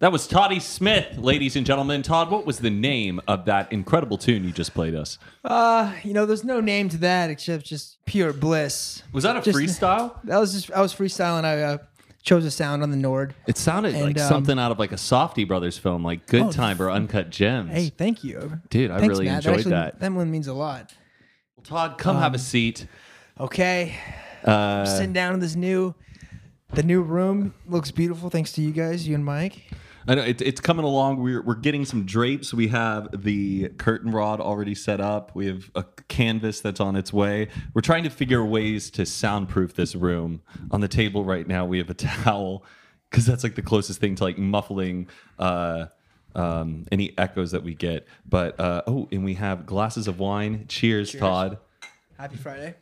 That was Toddy Smith, ladies and gentlemen. Todd, what was the name of that incredible tune you just played us? Uh, you know, there's no name to that except just pure bliss. Was that a Just- freestyle? That was just I was freestyling. I uh, chose a sound on the Nord. It sounded like And, um, something out of like a Softy Brothers film, like Good Oh, Time or Uncut Gems. Hey, thank you, Dude, I Thanks, really Matt. enjoyed actually- that. That one means a lot. Todd, come have a seat. Okay, Uh, sitting down in this new, the new room looks beautiful thanks to you guys, you and Mike. I know it, it's coming along. We're we're getting some drapes. We have the curtain rod already set up. We have a canvas that's on its way. We're trying to figure ways to soundproof this room. On the table right now, we have a towel because that's like the closest thing to like muffling uh, um, any echoes that we get. But uh, oh, and we have glasses of wine. Cheers, Todd. Happy Friday.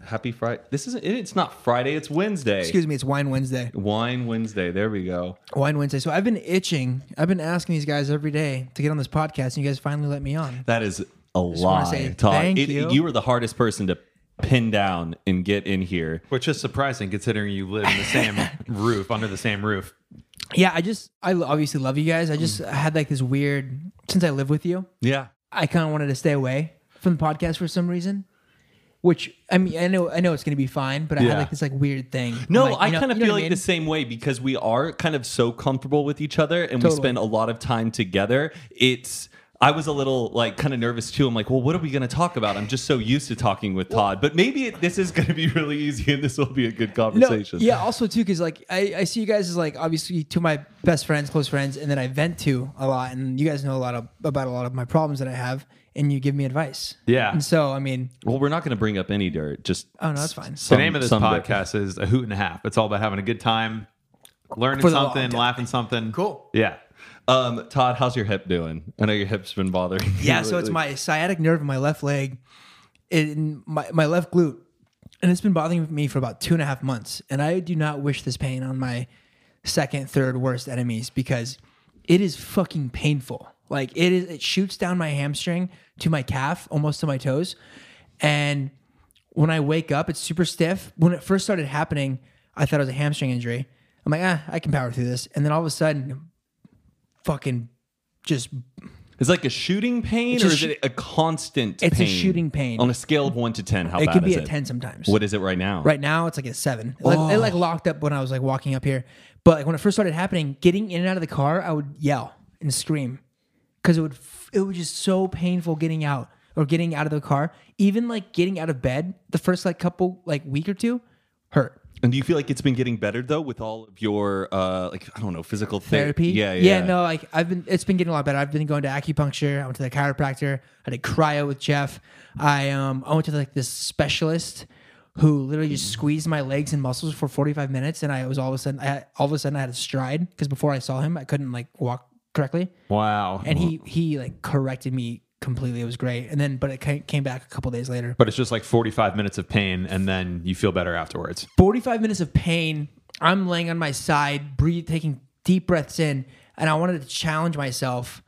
Happy Friday. This isn't. It's not Friday. It's Wednesday. Excuse me, it's Wine Wednesday. Wine Wednesday. There we go. Wine Wednesday. So I've been itching. I've been asking these guys every day to get on this podcast, and you guys finally let me on. That is a wanna lie, say Todd. thank It- you. you were the hardest person to pin down and get in here. Which is surprising considering you live in the same roof, under the same roof. Yeah, I just I obviously love you guys. I just Mm. had like this weird since I live with you. Yeah. I kind of wanted to stay away from the podcast for some reason. Which I mean, I know, I know it's gonna be fine, but I Yeah. had like this like weird thing. No, Like, you I know- kind of you know feel what like the I mean? same way because we are kind of so comfortable with each other and we Totally. spend a lot of time together. It's I was a little like kind of nervous too. I'm like, well, what are we going to talk about? I'm just so used to talking with Todd, but maybe it, this is going to be really easy and this will be a good conversation. No, yeah, also too, because like I, I see you guys as like obviously two of my best friends, close friends, and then I vent to a lot, and you guys know a lot of, about a lot of my problems that I have, and you give me advice. Yeah. and so I mean, Well, we're not going to bring up any dirt. Just Oh, no, that's fine. The some- name of this some dirt. podcast is a hoot and a half. It's all about having a good time, learning For the long something, time. laughing something. Cool. Yeah. Um, Todd, how's your hip doing? I know your hip's been bothering. you yeah, so it's lately. my sciatic nerve in my left leg, in my my left glute, and it's been bothering me for about two and a half months, and I do not wish this pain on my second, third worst enemies because it is fucking painful. Like it is, it shoots down my hamstring to my calf, almost to my toes, and when I wake up, it's super stiff. When it first started happening, I thought it was a hamstring injury. I'm like, ah, I can power through this, and then all of a sudden, fucking, just It's like a shooting pain, It's or a is shoo- it a constant? It's a pain? shooting pain. On a scale of one to ten, how it bad could be is a it? 10 sometimes. What is it right now? Right now, it's like a seven. It, Like, it like Oh. locked up when I was like walking up here. But like when it first started happening, getting in and out of the car, I would yell and scream because it would f- it was just so painful getting out or getting out of the car. Even like getting out of bed, the first like couple like week or two, hurt. And do you feel like it's been getting better though, with all of your uh, like I don't know, physical ther- therapy. Yeah, yeah, No, like I've been, it's been getting a lot better. I've been going to acupuncture. I went to the chiropractor. I did cryo with Jeff. I um, I went to like this specialist who literally just squeezed my legs and muscles for 45 minutes, and I was all of a sudden, I had, all of a sudden I had a stride because before I saw him, I couldn't like walk correctly, Wow. and he he like corrected me completely. It was great, and then but it ca- came back a couple days later. but it's just like 45 minutes of pain and then you feel better afterwards. 45 minutes of pain. I'm laying on my side, breathe, taking deep breaths in, and I wanted to challenge myself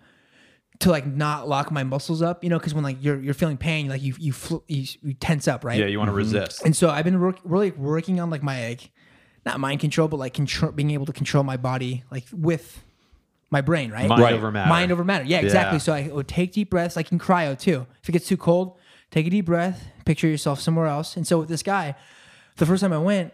to like not lock my muscles up, you know, because when like you're you're feeling pain, like you you fl- you, you tense up, right? Yeah, you want Mm-hmm. to resist. And so I've been work, really working on like my like not mind control, but like control being able to control my body like with my brain, right? Mind Right. over matter. Mind over matter. Yeah, exactly. Yeah. So I would take deep breaths. I can cryo too. If it gets too cold, take a deep breath. Picture yourself somewhere else. And so with this guy, the first time I went,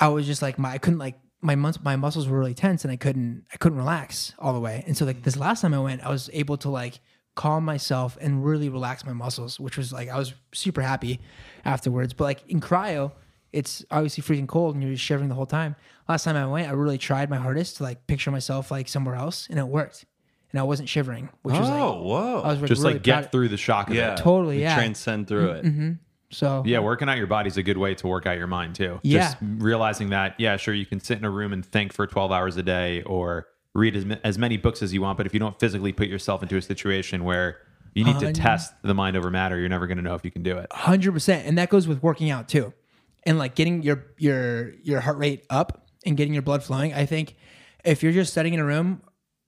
I was just like my I couldn't like my mus- my muscles were really tense and I couldn't I couldn't relax all the way. And so like this last time I went, I was able to like calm myself and really relax my muscles, which was like I was super happy afterwards. But like in cryo, it's obviously freezing cold and you're just shivering the whole time. Last time I went, I really tried my hardest to like picture myself like somewhere else and it worked. And I wasn't shivering, which was like whoa! I was just really like get proud- through the shock of yeah, it. totally, You yeah. Mm-hmm, Transcend through it. so Yeah, working out your body is a good way to work out your mind too. Yeah. Just realizing that, yeah, sure, you can sit in a room and think for 12 hours a day or read as, ma- as many books as you want, but if you don't physically put yourself into a situation where you need to Hundred- test the mind over matter, you're never going to know if you can do it. hundred percent, and that goes with working out too, and like getting your your your heart rate up and getting your blood flowing. I think if you're just sitting in a room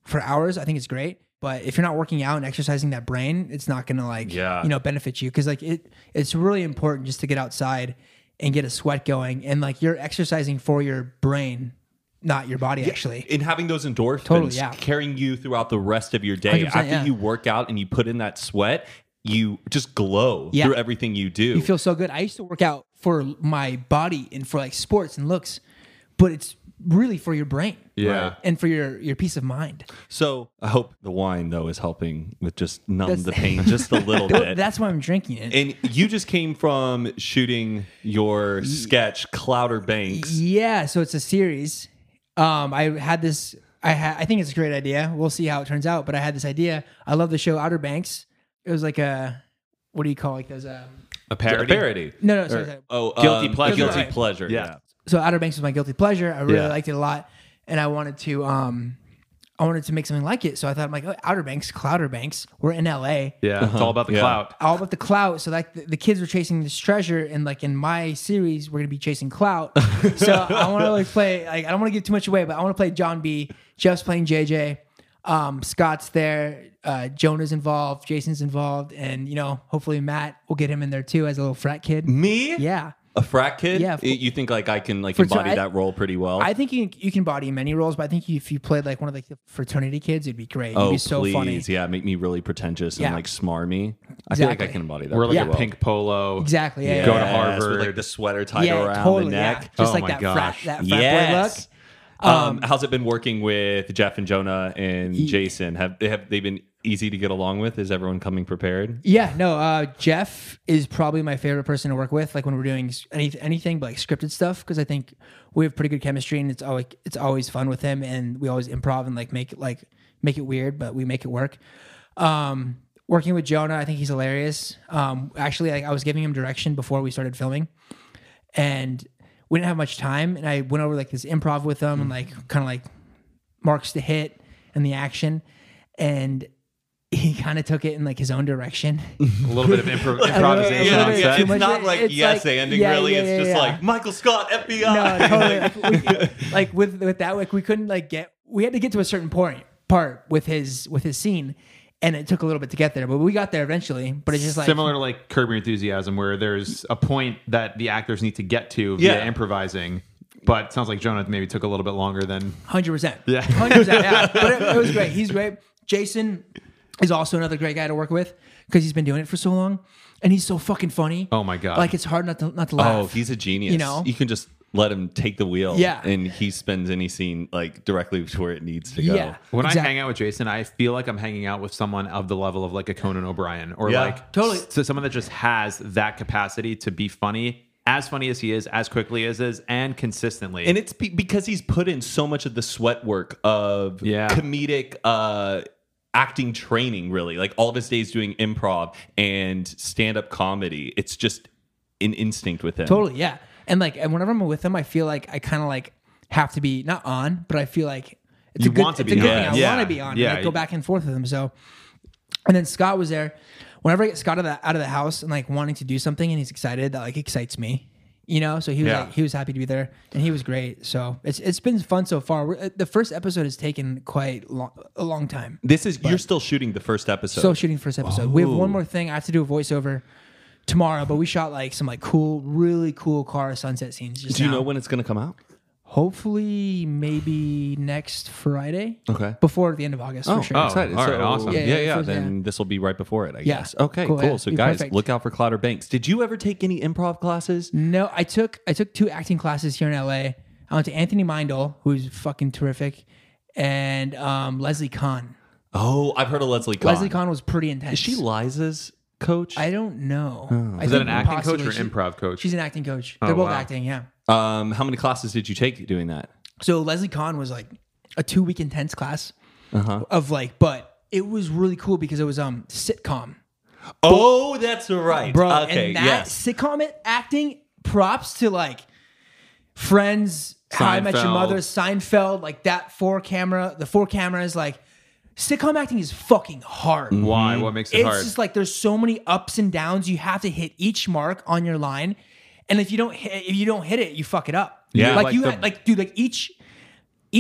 for hours, I think it's great. But if you're not working out and exercising that brain, it's not gonna like Yeah. you know benefit you because like it it's really important just to get outside and get a sweat going and like you're exercising for your brain not your body actually. in having those endorphins Totally, yeah. carrying you throughout the rest of your day 100%, after yeah. you work out and you put in that sweat you just glow Yeah. through everything you do You feel so good. I used to work out for my body and for like sports and looks, but it's really for your brain. Yeah. Right. And for your your peace of mind. so i hope the wine though is helping with just numb That's- the pain just a little bit That's why I'm drinking it. and you just came from shooting your sketch clouder banks Yeah, so it's a series. Um, I had this. I ha- I think it's a great idea. We'll see how it turns out. But I had this idea. I love the show Outer Banks. It was like a what do you call like those? Um, A parody. no, no, sorry, sorry. oh Guilty um, pleasure. guilty Right. pleasure Yeah. yeah So Outer Banks was my guilty pleasure. I really Yeah. liked it a lot, and I wanted to um, I wanted to make something like it. So I thought I'm like oh, Outer Banks, Clouder Banks. We're in L.A. Yeah. It's all about the Uh-huh. Yeah. clout. all about the clout. So like the, the kids were chasing this treasure, and like in my series, we're gonna be chasing clout. so I want to like play. Like I don't want to give too much away, but I want to play John B. Jeff's playing JJ. Um, Scott's there. Uh, Jonah's involved. Jason's involved, and you know, hopefully Matt will get him in there too as a little frat kid. me Yeah, a frat kid Yeah, for- you think like i can like For- so embody I- that role pretty well I think you can, you can body many roles, but I think if you played like one of like the fraternity kids, it'd be great. it'd Oh, be so please. funny. Yeah, make me really pretentious Yeah. and like smarmy. I feel like I Exactly. can embody that. We're like pretty a well. pink polo. Exactly. Yeah. Go yeah, yeah. to Yes, with, like Harvard. the sweater tied Yeah, around totally, the yeah. neck. Just Oh like my that gosh. frat, that frat boy look. Yes. Um, how's it been working with Jeff and Jonah and Jason? Have they have they been easy to get along with? Is everyone coming prepared? Yeah, no. Uh, Jeff is probably my favorite person to work with. Like when we're doing s- any, anything, but like scripted stuff, because I think we have pretty good chemistry, and it's always it's always fun with him, and we always improv and like make it like make it weird, but we make it work. Um, working with Jonah, I think he's hilarious. Um, actually, like I was giving him direction before we started filming, and we didn't have much time, and I went over like this improv with him, and like kind of like marks the hit and the action, and he kind of took it in like his own direction. A little bit of impro- Yeah, improvisation yeah, on yeah. set. Too much- It's not like it's yes like- ending yeah, really. yeah, yeah, it's just yeah. like Michael Scott, FBI. no, totally. like, we- like, with with that, like we couldn't like get. We had to get to a certain point part with his with his scene, and it took a little bit to get there, but we got there eventually. But it's just like Similar to like Curb Your Enthusiasm, where there's a point that the actors need to get to Yeah. via improvising. But it sounds like Jonah maybe took a little bit longer than Hundred percent. Yeah. Hundred percent. Yeah. But it, it was great. He's great. Jason is also another great guy to work with because he's been doing it for so long, and he's so fucking funny. Oh my God. Like it's hard not to not to laugh. Oh, he's a genius. You know? you can just let him take the wheel. Yeah. and he spends any scene like directly to where it needs to go. Yeah. When Exact- I hang out with Jason, I feel like I'm hanging out with someone of the level of like a Conan O'Brien or Yeah. like Totally. so someone that just has that capacity to be funny, as funny as he is, as quickly as is, and consistently. and it's be- because he's put in so much of the sweat work of Yeah. comedic uh acting training really like all of his days doing improv and stand-up comedy it's just an instinct with him Totally, yeah. And like, and whenever I'm with him, I feel like I kind of like have to be not on, but I feel like it's You a good, want to it's be a good on. thing. I Yeah. want to be on. Yeah. and I go back and forth with him. So, and then Scott was there. Whenever I get Scott out of the, out of the house and like wanting to do something, and he's excited, that like excites me. You know, so he was Yeah. like, he was happy to be there, and he was great. So it's it's been fun so far. We're, uh, the first episode has taken quite long, a long time. this is you're still shooting the first episode Still shooting first episode. We have Oh. one more thing. I have to do a voiceover tomorrow, but we shot like some like cool, really cool car sunset scenes. Just do you now. know when it's going to come out Hopefully, maybe next Friday. Okay. Before the end of August, for sure. oh. excited. all right, awesome. yeah Yeah, yeah, yeah, first- then yeah. this will be right before it i Yeah. guess okay cool, Cool, yeah. so Be guys perfect. look out for clouder banks did you ever take any improv classes No, I took I took two acting classes here in LA. I went to Anthony Mindel, who's fucking terrific, and um, Leslie Kahn. oh i've heard of leslie Kahn. Leslie Kahn was pretty intense. is she liza's coach I don't know. I Oh. is that think an acting coach possibly or she- improv coach? She's an acting coach. They're both wow. acting, yeah. um how many classes did you take doing that So Leslie Kahn was like a two week intense class Uh-huh. of like, but it was really cool because it was um sitcom. Oh, that's right. bro. okay, and that yes. sitcom acting props to like Friends, How I Met Your Seinfeld. Mother, Seinfeld, like that four camera, the four cameras, like sitcom acting is fucking hard. Why? What makes it It's hard? just like there's so many ups and downs. You have to hit each mark on your line, and if you don't hit, if you don't hit it, you fuck it up. Yeah. like, Like you the- had, like dude, like each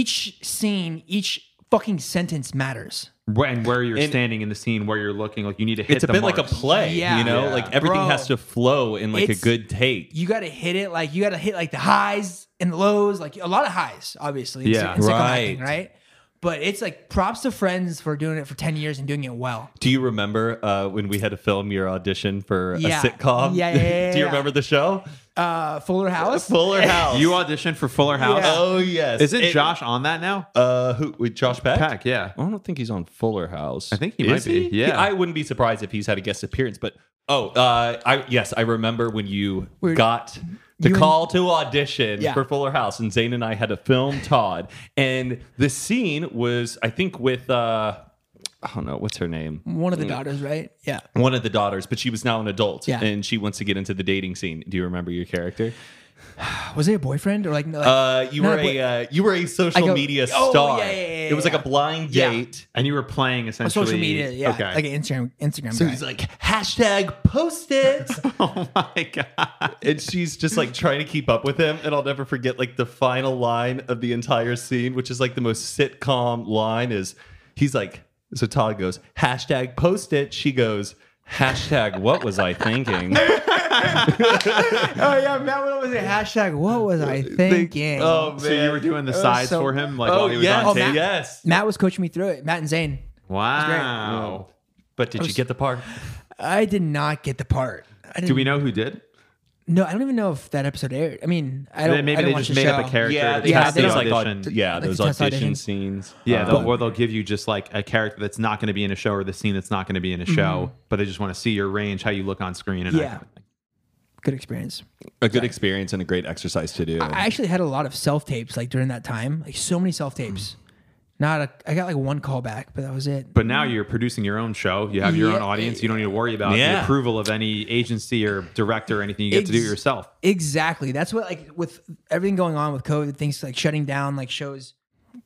each scene, each fucking sentence matters. Wh- and where you're And- standing in the scene, where you're looking, like you need to hit. It's a the bit like a marks. play, Yeah. you know. Yeah. Like everything Bro. has to flow in like It's- a good take. You got to hit it like you got to hit like the highs and the lows, like a lot of highs, obviously. in Yeah. sitcom- in sitcom Right. acting, right. But it's like props to Friends for doing it for ten years and doing it well. Do you remember uh, when we had to film your audition for Yeah. a sitcom? Yeah, yeah, yeah, Do you yeah. remember the show? Uh, Fuller House. Fuller House. You auditioned for Fuller House. Yeah. Oh yes. Isn't Josh on that now? Uh, who with Josh Peck? Peck, yeah. I don't think he's on Fuller House. I think he might be, yeah. I wouldn't be surprised if he's had a guest appearance. But oh, uh, I yes, I remember when you We're- got the you and- call to audition Yeah. for Fuller House, and Zane and I had to film Todd, and the scene was I think with uh, I don't know what's her name. One of the daughters, right? Yeah. one of the daughters, but she was now an adult Yeah. and she wants to get into the dating scene. Do you remember your character? Was it a boyfriend or like? no, like- Uh, you Not were a a boy- uh, you were a social Like a- media Oh, star. yeah, yeah, yeah, it was like yeah. a blind Yeah. date. And you were playing Or essentially social media, yeah, Okay. like an Instagram Instagram So guy. he's like hashtag post it, oh my god. and she's just like trying to keep up with him. And I'll never forget like the final line of the entire scene, which is like the most sitcom line. Is he's like so Todd goes hashtag post it. She goes hashtag what was I thinking? oh yeah, Matt would always say hashtag What was I thinking? oh man, So you were doing the sides so- for him, like oh while he was yes, on Oh, tape. Matt- yes. Matt was coaching me through it. Matt and Zane. Wow. But did you get the part? I did not get the part. I didn't, Do we know who did? No, I don't even know if that episode aired. I mean, I don't. Maybe I don't they watch just the made up show. a character. to yeah, test they the just, like, audition. aud- yeah, Like those the test audition auditions. scenes. Yeah, they'll, Um, or they'll give you just like a character that's not going to be in a show or the scene that's not going to be in a show, but they just want to see your range, how you look on screen, and Mm-hmm. that Yeah. kind of thing. Good experience. a good experience and a great exercise to do. I actually had a lot of self tapes like during that time, like so many self tapes. Not a, I got like one call back, but that was it. But now you're producing your own show. You have your own Yeah. audience. You don't need to worry about the Yeah. approval of any agency or director or anything. You get to do it Ex- yourself. Exactly. That's what like with everything going on with COVID, things like shutting down, like shows.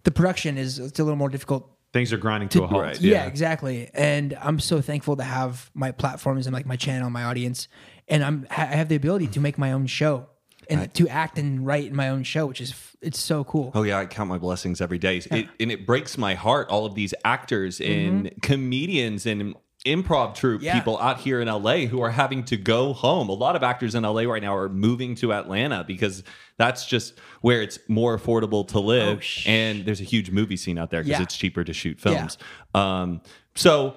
The production is it's a little more difficult Things are grinding to a halt. Right. yeah. exactly and i'm so thankful to have my platforms and like my channel my audience and i'm i have the ability to make my own show and to act and write in my own show which is f- it's so cool Oh yeah, I count my blessings every day, it, and it breaks my heart. All of these actors and comedians and improv troupe Mm-hmm. Yeah. people out here in LA who are having to go home. A lot of actors in LA right now are moving to Atlanta because that's just where it's more affordable to live, Oh, sh- and there's a huge movie scene out there because Yeah. it's cheaper to shoot films. Um, so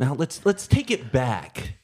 now let's let's take it back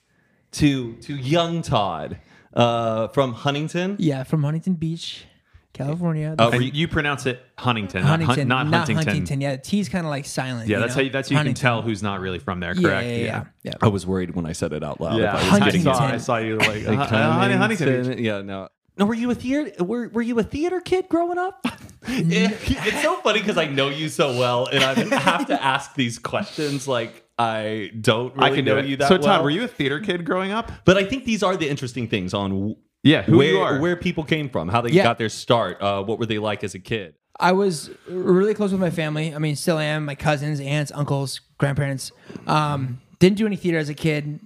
to to young Todd uh, from Huntington. yeah from huntington beach california Uh, And you pronounce it Huntington, not Hun- huntington Oh, not, Huntington. yeah the t's kind of like silent Yeah, that's know? how you, that's how you can Huntington. tell who's not really from there. yeah, Correct. yeah, yeah, yeah. I was worried when I said it out loud. Yeah, if I was I, Huntington. getting it. saw, I saw you like uh, uh, Huntington. Huntington. Yeah, no. No, were you a theater? Were, were you a theater kid growing up? It- it's so funny because I know you so well, and I have to ask these questions. Like I don't really I can know do it. you that so well. Todd, were you a theater kid growing up? But I think these are the interesting things on w- Yeah, who where you are. where people came from, how they Yeah. got their start, uh, what were they like as a kid? I was really close with my family. I mean, still am. My cousins, aunts, uncles, grandparents. Um, didn't do any theater as a kid.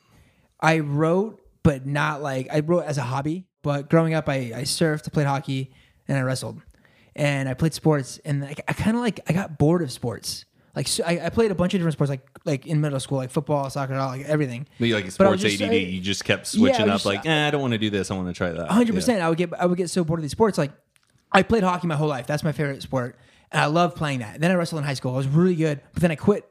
I wrote, but not like I wrote as a hobby. But growing up, I, I surfed, I played hockey, and I wrestled, and I played sports. And I, I kind of like I got bored of sports. Like so I, I played a bunch of different sports, like like in middle school, like football, soccer, like everything. Like But I was sports just ADD, saying- you just kept Yeah, I switching was up. just- like, eh, I don't want to do this. I want to try that. hundred Yeah. percent. I would get I would get so bored of these sports. Like I played hockey my whole life. That's my favorite sport, and I love playing that. Then I wrestled in high school. I was really good, but then I quit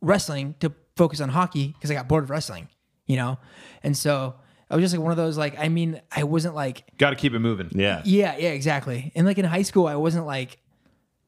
wrestling to focus on hockey because I got bored of wrestling. You know, and so I was just like one of those like I mean I wasn't like Got to keep it moving. Yeah. yeah yeah exactly. And like in high school I wasn't like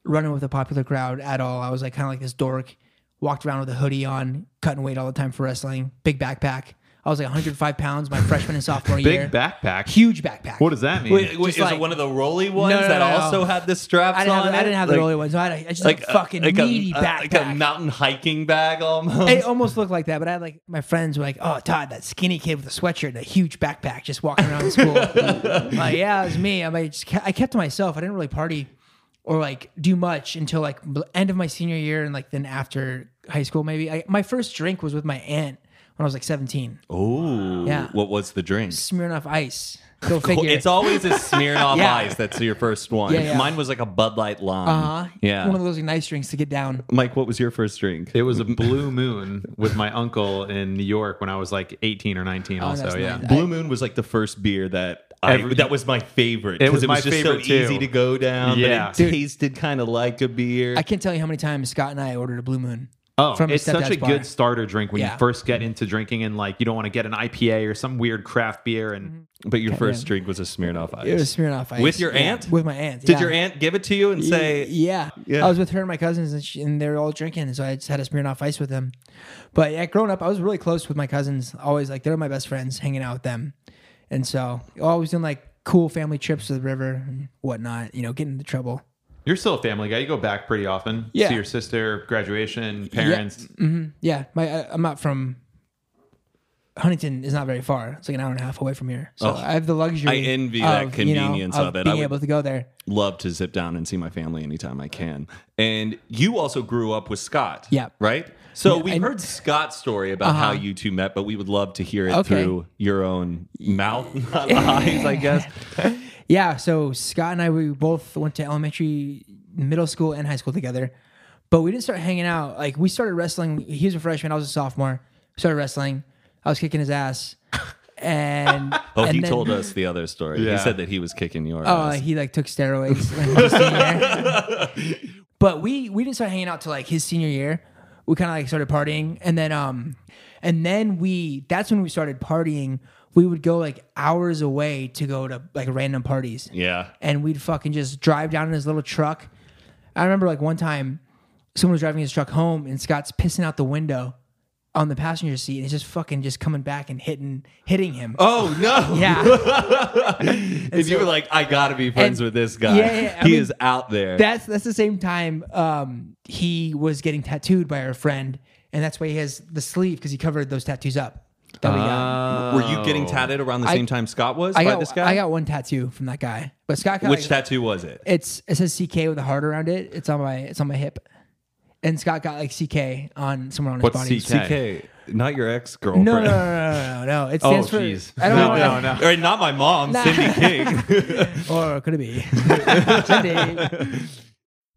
running with the popular crowd at all. I was like kind of like this dork. Walked around with a hoodie on, cutting weight all the time for wrestling. Big backpack. I was like 105 pounds my freshman and sophomore year. Big backpack. Huge backpack. What does that mean? Wait, wait, Just is like- it one of the roly ones no, that no, no. also had the straps I didn't on? have, I it? didn't have Like- the rolly ones. I had a, I just had a fucking meaty backpack. like a mountain hiking bag almost. it almost looked like that, but I had like my friends were like, "Oh, Todd, that skinny kid with a sweatshirt and a huge backpack, just walking around in school." I'm like, yeah, it was me. I'm like, just ke- I kept to myself. I didn't really party or like do much until like bl- end of my senior year and like then after high school maybe. I, my first drink was with my aunt when I was like 17. Oh, Yeah. What was the drink? Smirnoff Ice. Go figure. It's always a Smirnoff Yeah. Ice. That's your first one. Yeah, yeah. Mine was like a Bud Light Lime. uh-huh. Yeah. One of those nice drinks to get down. Mike, what was your first drink? It was a blue moon with my uncle in New York when I was like 18 or 19. also, Oh, that's yeah. nice. Blue Moon was like the first beer that I, Every- that was my favorite. It 'cause was my just favorite, so too. easy to go down. Yeah. but it Dude. tasted kind of like a beer. I can't tell you how many times Scott and I ordered a Blue Moon. Oh, from his it's such stepdad's a bar. good starter drink when Yeah. you first get into drinking, and like you don't want to get an IPA or some weird craft beer. Mm-hmm. And but your first drink was a Smirnoff Ice. It was Smirnoff Ice. With your Yeah, aunt? With my aunt. Did yeah. your aunt give it to you and say, yeah. Yeah. I was with her and my cousins, and, she, and they were all drinking. So I just had a Smirnoff Ice with them. But yeah, growing up, I was really close with my cousins. Always like they're my best friends, hanging out with them, and so always doing like cool family trips to the river and whatnot. You know, getting into trouble. you're still a family guy. You go back pretty often. Yeah. See your sister, graduation, parents. Yeah, my I, I'm not from. Huntington is not very far. It's like an hour and a half away from here. So Oh. I have the luxury. I envy of, that you know, convenience of it. I Being would- able to go there. love to zip down and see my family anytime I can. And you also grew up with Scott. Yeah. Right? So Yeah, we I- heard Scott's story about how you two met, but we would love to hear it Okay. through your own mouth, not eyes, I guess. Yeah, so Scott and I we both went to elementary, middle school, and high school together, but we didn't start hanging out. Like we started wrestling. He was a freshman, I was a sophomore. Started wrestling. I was kicking his ass, and Oh, and he then- told us the other story. Yeah. He said that he was kicking your Oh, ass. like, he like took steroids. when he was a senior. but we we didn't start hanging out till like his senior year. We kind of like started partying, and then um, and then we that's when we started partying. We would go like hours away to go to like random parties yeah. and we'd fucking just drive down in his little truck. I remember like one time someone was driving his truck home and Scott's pissing out the window on the passenger seat and it's just fucking just coming back and hitting hitting him. Oh no! Yeah. and you were like, "I gotta be friends and- with this guy. yeah, yeah, I he mean, is out there." that's that's the same time um, he was getting tattooed by our friend and that's why he has the sleeve because he covered those tattoos up. That we got. were you getting tatted around the same time Scott was I Uh, by got this guy? I got one tattoo from that guy. But Scott got Which like, tattoo was it? it's it says CK with a heart around it. It's on my it's on my hip. And Scott got like CK on somewhere on his What's body. CK? TK, not your ex girlfriend. No, no, no, no, no, no, no. It stands for. Oh, jeez. I don't No, know. no, Or not my mom, Nah. Cindy King. Or could it be? Cindy.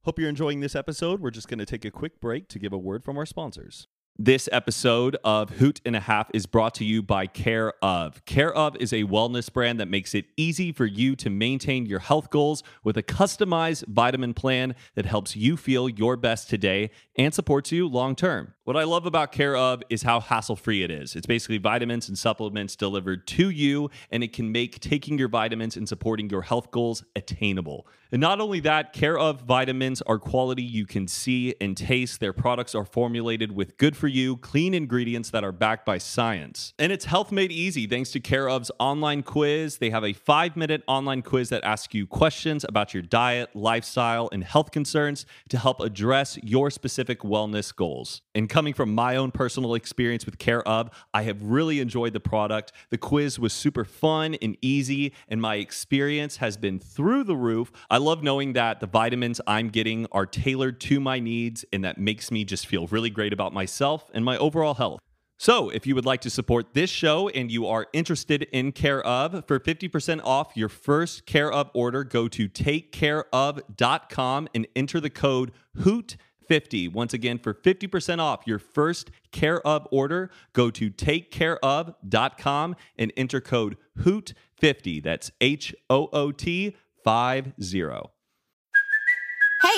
Hope you're enjoying this episode. We're just going to take a quick break to give a word from our sponsors. This episode of Hoot and a Half is brought to you by Care of. Care of is a wellness brand that makes it easy for you to maintain your health goals with a customized vitamin plan that helps you feel your best today and supports you long term. What I love about Care of is how hassle free it is. It's basically vitamins and supplements delivered to you, and it can make taking your vitamins and supporting your health goals attainable. And not only that, Care of vitamins are quality you can see and taste. Their products are formulated with good for you, clean ingredients that are backed by science. And it's health made easy thanks to Care of's online quiz. They have a five minute online quiz that asks you questions about your diet, lifestyle, and health concerns to help address your specific wellness goals. And coming from my own personal experience with Care of, I have really enjoyed the product. The quiz was super fun and easy, and my experience has been through the roof. I love knowing that the vitamins I'm getting are tailored to my needs, and that makes me just feel really great about myself and my overall health. So, if you would like to support this show and you are interested in Care of, for 50% off your first Care of order, go to takecareof.com and enter the code HOOT50. Once again, for 50% off your first Care of order, go to takecareof.com and enter code HOOT50. That's H O O T 50. Hey,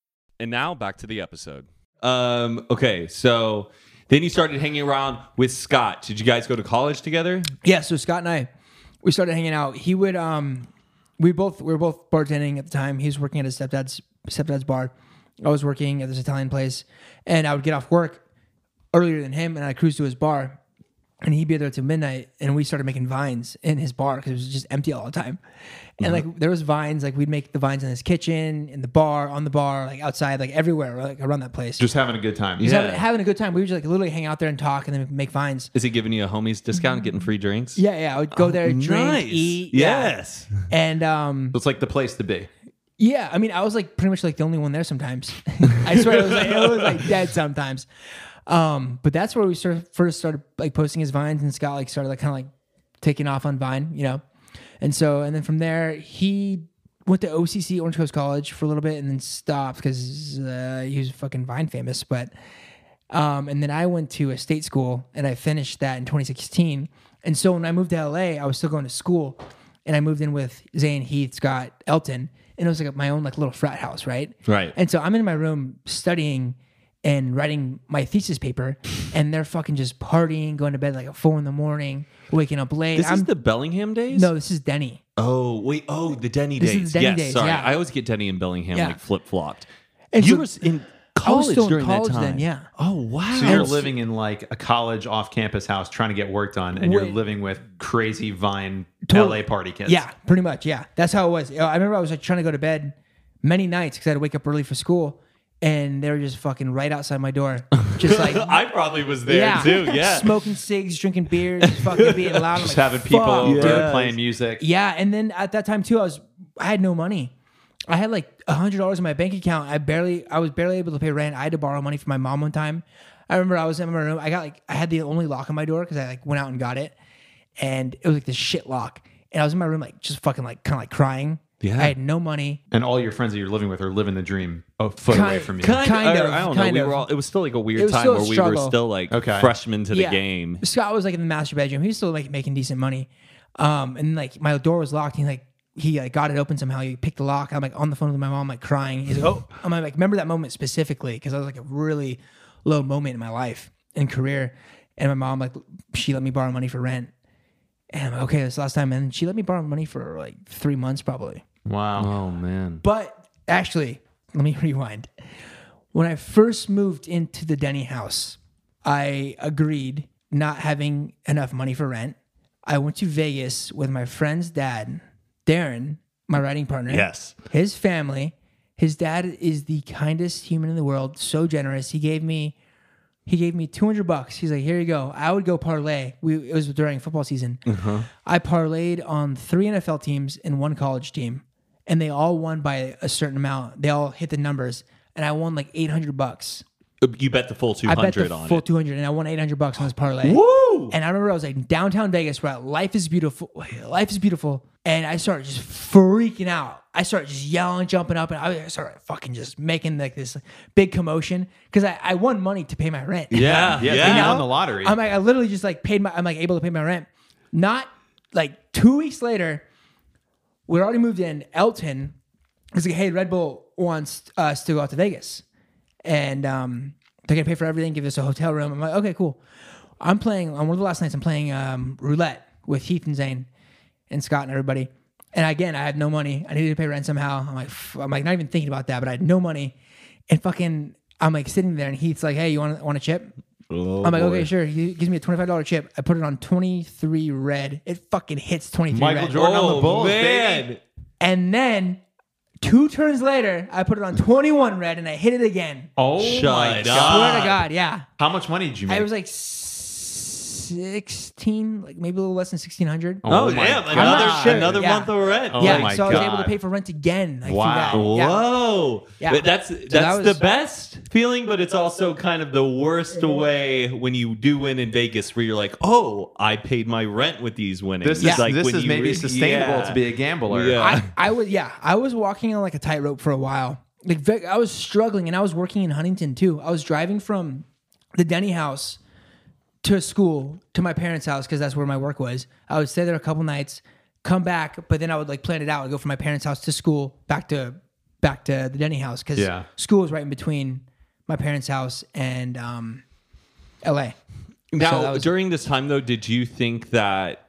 And now back to the episode. Um, okay, so then you started hanging around with Scott. Did you guys go to college together? Yeah, so Scott and I, we started hanging out. He would, um, we both we were both bartending at the time. He was working at his stepdad's stepdad's bar. I was working at this Italian place, and I would get off work earlier than him, and I cruise to his bar, and he'd be there till midnight. And we started making vines in his bar because it was just empty all the time. And Uh-huh. like there was vines, like we'd make the vines in his kitchen, in the bar, on the bar, like outside, like everywhere, like around that place. Just having a good time. Just having, having a good time. We would just like literally hang out there and talk, and then make vines. Is he giving you a homies discount, getting free drinks? Yeah, yeah. I would go there, drink, Oh, Nice. eat. Yes. yeah. And um, It's like the place to be. yeah, I mean, I was like pretty much like the only one there sometimes. I swear, it was like, it was like dead sometimes. Um, but that's where we sort first started like posting his vines, and Scott like started like kind of like taking off on Vine, you know. And so, and then from there, he went to OCC Orange Coast College for a little bit, and then stopped because uh, he was fucking Vine famous. But um, and then I went to a state school and I finished that in 2016. And so when I moved to LA, I was still going to school and I moved in with Zane, Heath, Scott, Elton. And it was like my own like little frat house, right? Right. And so I'm in my room studying and writing my thesis paper and they're fucking just partying, going to bed like at four in the morning, waking up late. This I'm, is the Bellingham days? no, this is Denny. Oh, wait. Oh, the Denny This is days. the Denny yes, days, sorry. yeah. I always get Denny and Bellingham Yeah. like flip flopped. And you so- were in college still in during college that time. then, yeah. Oh, wow. So you're living in like a college off campus house trying to get work done, and you're Wait. living with crazy Vine Totally. LA party kids. Yeah, pretty much. Yeah, that's how it was. You know, I remember I was like trying to go to bed many nights because I had to wake up early for school, and they were just fucking right outside my door, just like I probably was there yeah, too. Yeah. smoking cigs, drinking beers, fucking being loud, I'm Just like, having people "Fuck, over, dude." Yes. playing music. Yeah, and then at that time too, I was I had no money. I had like a hundred dollars in my bank account. I barely I was barely able to pay rent. I had to borrow money from my mom one time. I remember I was in my room. I got like I had the only lock on my door because I like went out and got it, and it was like this shit lock. And I was in my room like just fucking like kind of like crying. Yeah. I had no money. And all your friends that you're living with are living the dream a foot away Kind- from you. kind- Or, of, I don't kind know. of. We were all, it was still like a It weird was time still a where we were struggle. still like Okay. freshmen to the Yeah. game. Scott was like in the master bedroom. He was still like making decent money. Um, and like my door was locked. He like he like got it open somehow. He picked the lock. I'm like on the phone with my mom, like crying. He's like, oh, I'm like remember that moment specifically because I was like a really low moment in my life and career. And my mom like she let me borrow money for rent. And I'm like, okay, this last time. And she let me borrow money for like three months probably. Wow. Oh, man. But actually, let me rewind. When I first moved into the Denny house, I agreed not having enough money for rent. I went to Vegas with my friend's dad, Darren, my writing partner. Yes. His family. His dad is the kindest human in the world, so generous. He gave me he gave me 200 bucks. He's like, "Here you go." I would go parlay. We it was during football season. Uh-huh. I parlayed on 3 NFL teams and one college team, and they all won by a certain amount. They all hit the numbers, and I won like 800 bucks. You bet the full I bet the 200 on full it. 200, and I won 800 bucks on this parlay. Woo! And I remember I was like in downtown Vegas, where life is beautiful. Life is beautiful, and I started just freaking out. I started just yelling, jumping up, and I started fucking just making like this big commotion because I, I won money to pay my rent. Yeah. Yeah. Oh Yeah, you won the lottery. I'm like, I literally just like paid my, I'm like able to pay my rent. Not like two weeks later, we already moved in. Elton was like, hey, Red Bull wants uh, us to go out to Vegas. And um, they're going to pay for everything, give us a hotel room. I'm like, okay, cool. I'm playing, on one of the last nights, I'm playing um, roulette with Heath and Zane and Scott and everybody. And again, I had no money. I needed to pay rent somehow. I'm like, f- I'm like not even thinking about that, but I had no money. And fucking, I'm like sitting there, and Heath's like, "Hey, you want want a chip?" Oh, I'm like, okay, sure. He gives me a $25 chip. I put it on 23 red. It fucking hits 23 Michael red. Jordan on Oh, the Bulls. man. baby. And then two turns later, I put it on 21 red and I hit it again. Oh Shut my up. god. Swear to God, yeah. How much money did you make? I was like, s- sixteen, like maybe a little less than sixteen hundred. Oh, my damn! God. Another, Sure, another yeah. month of rent. Oh yeah, my so I was able to God. pay for rent again. Like, through Wow. that. Yeah. Whoa. Yeah. But That's that's that the was- best feeling, but it's also kind of the worst way when you do win in Vegas where you're like, oh, I paid my rent with these winnings. This Yeah. is like this when is you maybe re- sustainable yeah. to be a gambler. Yeah. I, I was yeah, I was walking on like a tightrope for a while. Like ve- I was struggling, and I was working in Huntington too. I was driving from the Denny house to school to my parents' house because that's where my work was. I would stay there a couple nights, come back, but then I would like plan it out. I'd go from my parents' house to school, back to back to the Denny house because Yeah. school was right in between my parents' house and um, L.A. Now, that was- during this time though, did you think that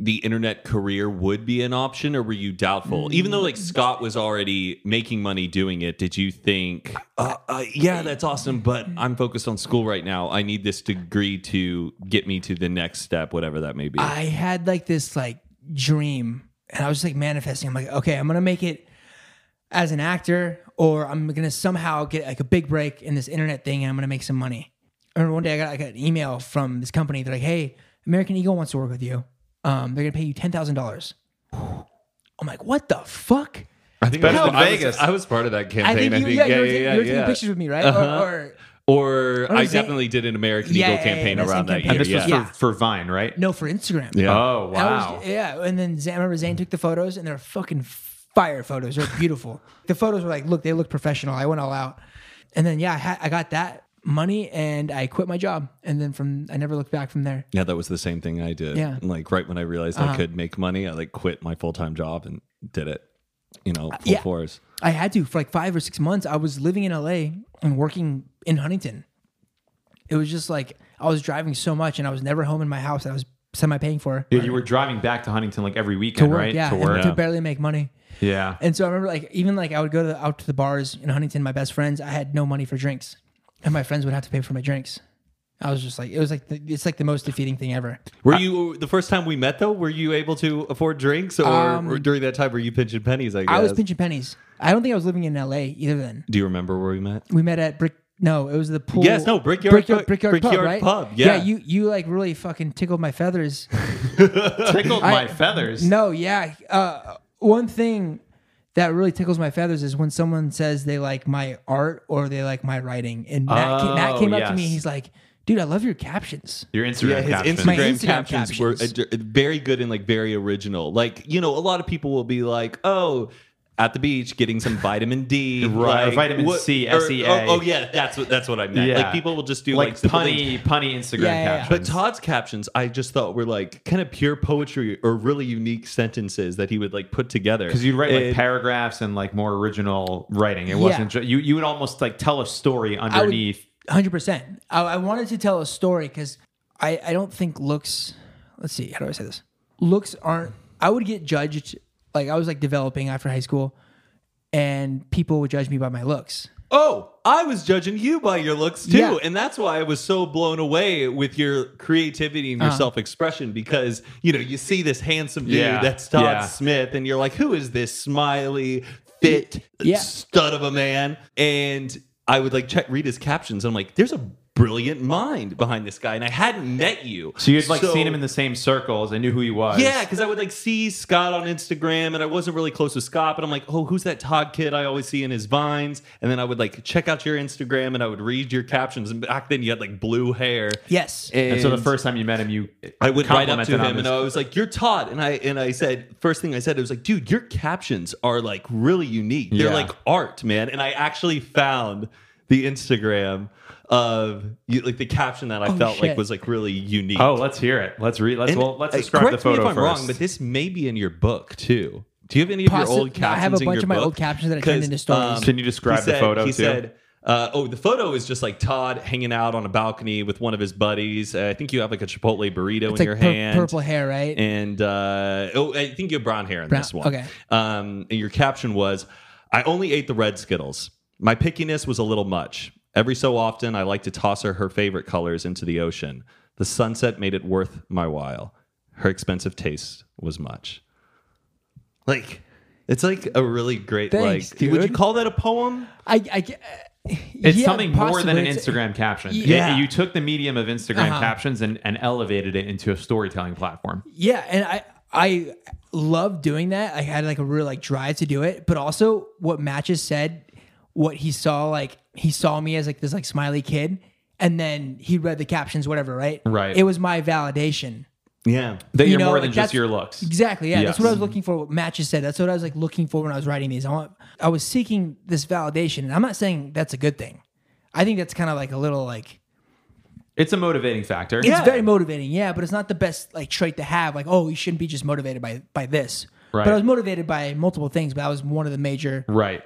the internet career would be an option, or were you doubtful? Even though like Scott was already making money doing it, did you think, uh, uh, yeah, that's awesome, but I'm focused on school right now. I need this degree to get me to the next step, whatever that may be. I had like this like dream and I was just like manifesting. I'm like, okay, I'm gonna make it as an actor or I'm gonna somehow get like a big break in this internet thing and I'm gonna make some money. I remember one day I got, I got an email from this company. They're like, hey, American Eagle wants to work with you. Um, they're gonna pay you $10,000. I'm like, what the fuck? I think Better I was- than I was- Vegas. I was part of that campaign. I think you, yeah, Uh-huh. you were taking, you were taking pictures with me, right? Or- Or, Or was I it? definitely did an American Yeah, Eagle yeah, yeah, campaign that's around the that campaign. year. And this was yeah. Yeah. for, for Vine, right? no, for Instagram. Yeah. Oh That was- wow. yeah, and then Zan, I remember Zane took the photos, and they're fucking fire photos. They're beautiful. the photos were like, look, they look professional. I went all out, and then yeah, I, had, I got that money, and I quit my job, and then from I never looked back from there. Yeah, that was the same thing I did. Yeah. Like right when I realized I could make money, I like quit my full time job and did it. You know, full yeah. force. I had to for like five or six months. I was living in LA and working in Huntington. It was just like I was driving so much, and I was never home in my house. I was semi paying for Yeah, you were driving back to Huntington like every weekend, work, right? yeah, to and work. to barely make money. Yeah. And so I remember like even like I would go to out to the bars in Huntington, my best friends, I had no money for drinks. And my friends would have to pay for my drinks. I was just like it was like the, it's like the most defeating thing ever. Were you the first time we met though? Were you able to afford drinks, or, or during that time were you pinching pennies? Um, I guess. I was pinching pennies. I don't think I was living in LA either then. Do you remember where we met? We met at Brick no, it was the pool. Yes, no, Brickyard Pub- brickyard, pub, Brickyard right? Pub, yeah. you you like really fucking tickled my feathers. Tickled I- my feathers. no, yeah. Uh, one thing that really tickles my feathers is when someone says they like my art or they like my writing. And Matt, ca- Oh, Matt came up to yes. me, he's like, "Dude, I love your captions." Your Instagram caption. My Instagram were captions. ad- very good and like very original. Like you know, a lot of people will be like, "Oh, at the beach, getting some vitamin D, Right, or like, vitamin what- C, or- SEA. Oh, oh, yeah, that's what that's what I meant. Yeah. Like people will just do like, like simple things. punny, punny Instagram Yeah, yeah, yeah. But captions. Todd's captions, I just thought were like kind of pure poetry or really unique sentences that he would like put together. because you'd write like And- paragraphs and like more original writing. It wasn't ju- you. You would almost like tell a story underneath. Hundred percent. I, I wanted to tell a story because I, I don't think looks. Let's see. How do I say this? Looks aren't. I would get judged. Like I was like developing after high school, and people would judge me by my looks. oh, I was judging you by your looks too, Yeah. and that's why I was so blown away with your creativity and your Uh-huh. self-expression because you know you see this handsome dude Yeah. that's Todd Yeah. Smith, and you're like, who is this smiley, fit Yeah. stud of a man? And I would like check read his captions. And I'm like, there's a brilliant mind behind this guy, and I hadn't met you, so you'd like seen him in the same circles and knew who he was. Yeah, because I would like see Scott on Instagram, and I wasn't really close with Scott, but I'm like, oh, who's that Todd kid I always see in his vines? And then I would like check out your Instagram, and I would read your captions. And back then, you had like blue hair. Yes. And so the first time you met him, you I went right up to complimented on him and this- I was like, "You're Todd," and I and I said, first thing I said, it was like, "Dude, your captions are like really unique. They're Yeah. like art, man." And I actually found the Instagram of you- like the caption that I felt like shit. was like really unique. Oh, let's hear it. Let's read. Let's And, well, let's uh, describe the correct photo me if I'm first. wrong, but this may be in your book too. Do you have any of Possi- your old no, I captions? have a in bunch your of my book? old captions that I turned 'Cause, into stories. Can you describe he the said- photo, He too? said, uh, "Oh, the photo is just like Todd hanging out on a balcony with one of his buddies. Uh, I think you have like a Chipotle burrito It's in like your pur- hand, purple hair, right? and uh, oh, I think you have brown hair in Brown- this one. okay. Um, and your caption was, "I only ate the red Skittles. My pickiness was a little much. Every so often, I like to toss her her favorite colors into the ocean. The sunset made it worth my while. Her expensive taste was much." Like, it's like a really great Thanks, like. Would you dude. call that a poem? I, I, It's Yeah, something more than an possibly. It's- Instagram caption. It- Yeah. you took the medium of Instagram Uh-huh. captions and, and elevated it into a storytelling platform. Yeah, and I I love doing that. I had like a real like drive to do it, but also what matches said, what he saw like he saw me as like this like smiley kid, and then he read the captions, whatever, right? Right. It was my validation. Yeah. That You you're know, more like, than that's- just your looks. Exactly. Yeah, that's Yes. what I was looking for. What matches said. That's what I was like looking for when I was writing these. I want. I was seeking this validation, and I'm not saying that's a good thing. I think that's kind of like a little like It's a motivating factor. it's very motivating, yeah, but it's not the best like trait to have. Like, oh, you shouldn't be just motivated by by this. Right. But I was motivated by multiple things, but that was one of the major right.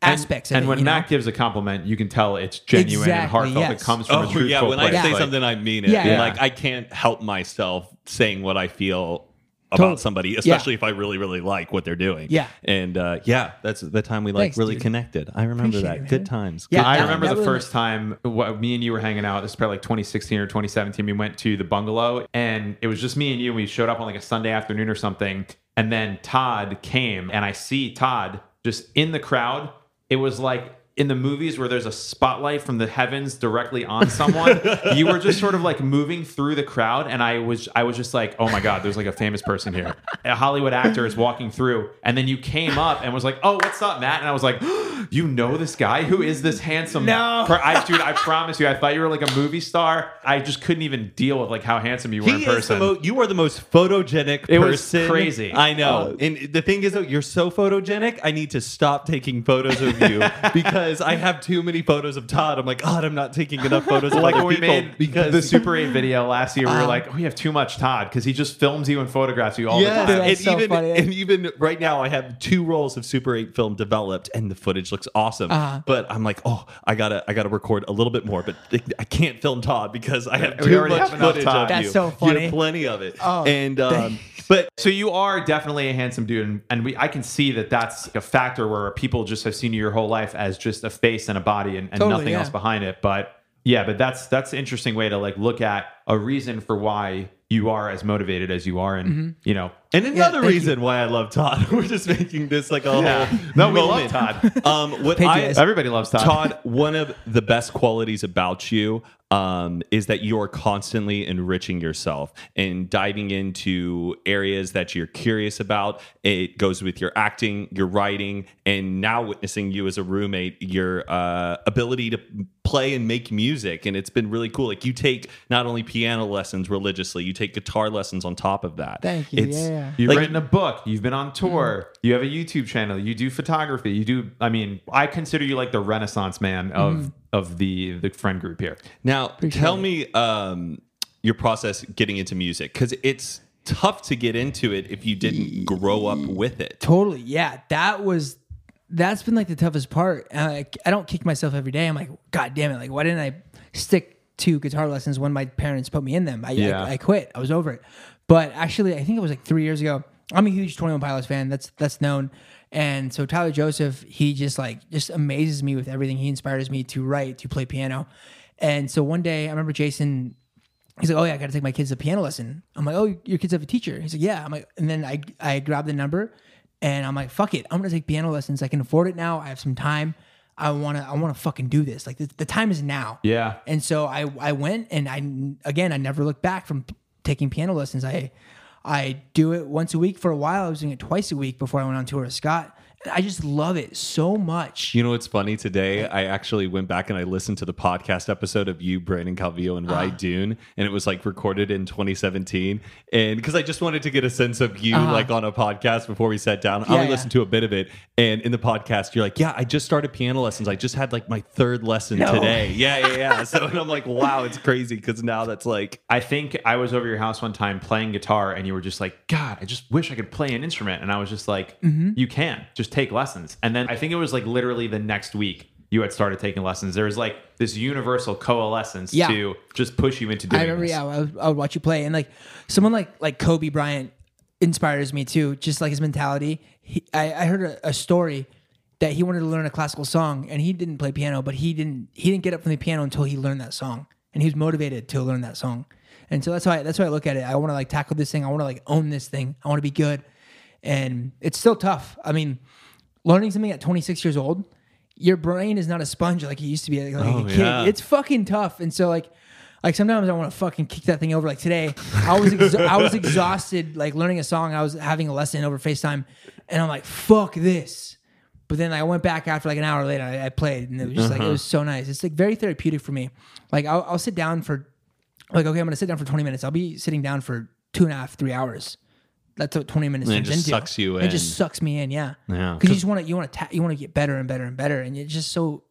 And- aspects. And, of it, when you know? Matt gives a compliment, you can tell it's genuine and Exactly, heartfelt. It yes. comes from a Oh truthful yeah, when I place. say Like, something, I mean it. Yeah, And, yeah. Like I can't help myself saying what I feel about Totally. somebody, especially if I really, really like what they're doing. Yeah. and uh, yeah, that's the time we like Thanks, really dude. connected. I remember Appreciate that. it, man. Good times. Yeah, Good I that- remember that the really- first time what, me and you were hanging out. This is probably like 2016 or 2017. We went to the bungalow, and it was just me and you. We showed up on like a Sunday afternoon or something, and then Todd came, and I see Todd just in the crowd. It was like in the movies where there's a spotlight from the heavens directly on someone. you were just sort of like moving through the crowd, and I was I was just like, oh my god, there's like a famous person here. A Hollywood actor is walking through, and then you came up and was like, oh, what's up, Matt? And I was like. You know this guy? Who is this handsome? No, I, dude, I promise you, I thought you were like a movie star. I just couldn't even deal with like how handsome you were in He is person. the mo- you are the most photogenic It was person. crazy. Uh, I know. And the thing is, though, you're so photogenic. I need to stop taking photos of you because I have too many photos of Todd. I'm like, God, I'm not taking enough photos of like other when we people made because Um, the Super 8 video last year, we were like, we have too much Todd because he just films you and photographs you all Yes, the Dude, time. that's and so even funny. and even right now, I have two rolls of Super 8 film developed, and the footage looks awesome. Uh-huh. But I'm like, oh, I gotta I gotta record a little bit more, but th- I can't film Todd because I have We too already much have enough footage Todd. of That's you. so You funny. Oh, have plenty of it. and um, but So you are definitely a handsome dude, and, and we I can see that that's a factor where people just have seen you your whole life as just a face and a body and, and Totally, nothing yeah. else behind it. But yeah, but that's that's an interesting way to like look at a reason for why you are as motivated as you are, and Mm-hmm. you know, and another thank reason why I love Todd, we're just making this like a whole No, we moment. love Todd. Um, what Paige I, is- everybody loves Todd. Todd, one of the best qualities about you um, is that you're constantly enriching yourself and diving into areas that you're curious about. It goes with your acting, your writing, and now witnessing you as a roommate, your uh, ability to play and make music. And it's been really cool. Like you take not only piano lessons religiously, you take guitar lessons on top of that. Thank you, It's, yeah. You've like- written a book. You've been on tour. You have a YouTube channel. You do photography. You do. I mean, I consider you like the Renaissance man of Mm-hmm. of the the friend group here. Now, tell me um, your process getting into music because it's tough to get into it if you didn't grow up with it. Totally. Yeah. That was that's been like the toughest part. And I, I don't kick myself every day. I'm like, God damn it. Like, why didn't I stick to guitar lessons when my parents put me in them? I, Yeah. I, I quit. I was over it. But actually, I think it was like three years ago. I'm a huge 21 Pilots fan. That's that's known. And so Tyler Joseph, he just like just amazes me with everything. He inspires me to write, to play piano. And so one day, I remember Jason He's like, oh yeah, I got to take my kids to piano lesson. I'm like, oh, your kids have a teacher. He's like, yeah. I'm like, and then I I grab the number, and I'm like, fuck it, I'm gonna take piano lessons. I can afford it now. I have some time. I wanna I wanna fucking do this. Like the, the time is now. Yeah. And so I I went and I again I never looked back from p- taking piano lessons. I I do it once a week for a while. I was doing it twice a week before I went on tour with Scott. And I just love it so much. You know what's funny today? I actually went back and I listened to the podcast episode of you, Brandon Calvillo, and Ah. Ry Dune, and it was like recorded in 2017. And because I just wanted to get a sense of you like on a podcast before we sat down, I Uh-huh. Yeah, only yeah. listened to a bit of it. And in the podcast, you're like, "Yeah, I just started piano lessons. I just had like my third lesson today." Yeah, yeah, yeah. so and I'm like, "Wow, it's crazy." Because now that's like I think I was over your house one time playing guitar, and you were just like, God, I just wish I could play an instrument. And I was just like, Mm-hmm. You can just take lessons. And then I think it was like literally the next week you had started taking lessons. There was like this universal coalescence Yeah. to just push you into doing. I remember, this. yeah, I would, I would watch you play, and like someone like like Kobe Bryant inspires me too. Just like his mentality. He, I, I heard a, a story that he wanted to learn a classical song, and he didn't play piano, but he didn't he didn't get up from the piano until he learned that song, and he was motivated to learn that song. And so that's why that's why I look at it. I want to like tackle this thing. I want to like own this thing. I want to be good, and it's still tough. I mean, learning something at 26 years old your brain is not a sponge like it used to be like, like Oh, a kid. yeah. It's fucking tough. And so like like sometimes I want to fucking kick that thing over. Like today, I was exa- I was exhausted like learning a song. I was having a lesson over FaceTime, and I'm like, fuck this. But then I went back after like an hour later. I, I played, and it was just Uh-huh. like it was so nice. It's like very therapeutic for me. Like I'll, I'll sit down for like okay, I'm gonna sit down for 20 minutes. I'll be sitting down for two and a half, three hours. That's what 20 minutes And it turns just into. sucks you It in. just sucks me in, yeah. Yeah. Because you just want to, you want to, ta- you want to get better and better and better, and it's just so,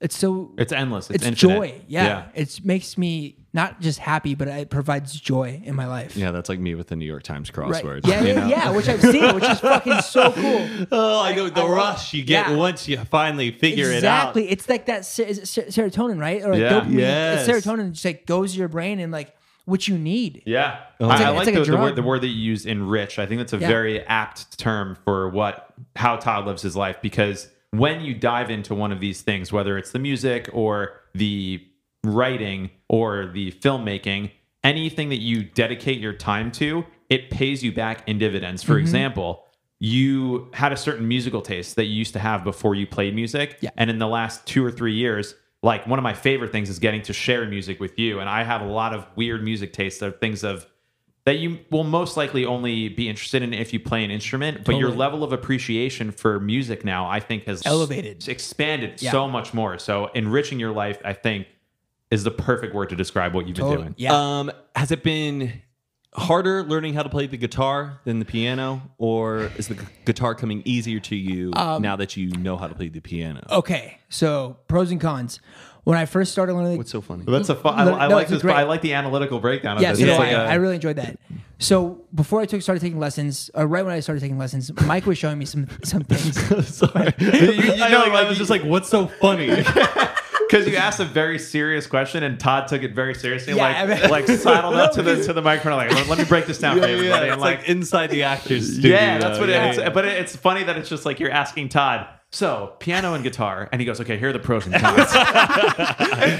it's so, It's endless. It's, it's, infinite. joy, yeah. It's makes me not just happy, but it provides joy in my life. Yeah, that's like me with the New York Times Right. crossword. Yeah, you yeah, know? yeah, which I've seen, which is fucking so cool. Oh, I know the I love- rush you get yeah. once you finally figure exactly. it out. It's like that ser- is it ser- serotonin, right? Or like Yeah. dopamine. Yes. It's serotonin just like goes to your brain and like what you need. Yeah. It's I, I like- like, it's like a the, the, word, drug. the word that you used, enrich. I think that's a Yeah. very apt term for what how Todd lives his life because when you dive into one of these things, whether it's the music or the writing or the filmmaking, anything that you dedicate your time to, it pays you back in dividends. Mm-hmm. For example, you had a certain musical taste that you used to have before you played music. Yeah. And in the last two or three years, like one of my favorite things is getting to share music with you. And I have a lot of weird music tastes of things of that you will most likely only be interested in if you play an instrument. But your Totally. level of appreciation for music now, I think, has Elevated. s- expanded Yeah. so much more. So enriching your life, I think, is the perfect word to describe what you've been Totally. doing. Yeah. Um, has it been harder learning how to play the guitar than the piano, or is the gu- guitar coming easier to you now that you know how to play the piano? Okay, so pros and cons. When I first started learning, What's so funny? That's a fun. I, No, I no, like it's a this. great- I like the analytical breakdown of yeah, this. so It's do like I. a- I really enjoyed that. So before I took started taking lessons, uh, right when I started taking lessons, Mike was showing me some some things. Sorry. you, I know, like- I was just like, what's so funny? Because you asked a very serious question and Todd took it very seriously, Yeah, I like mean- like saddled up to the to the microphone, like let, let me break this down for everybody. yeah, I'm it's like, like, inside the actors. Studio, yeah, that's what uh, yeah, it is. But it, it's funny that it's just like you're asking Todd. So piano and guitar, and he goes, okay, here are the pros and cons.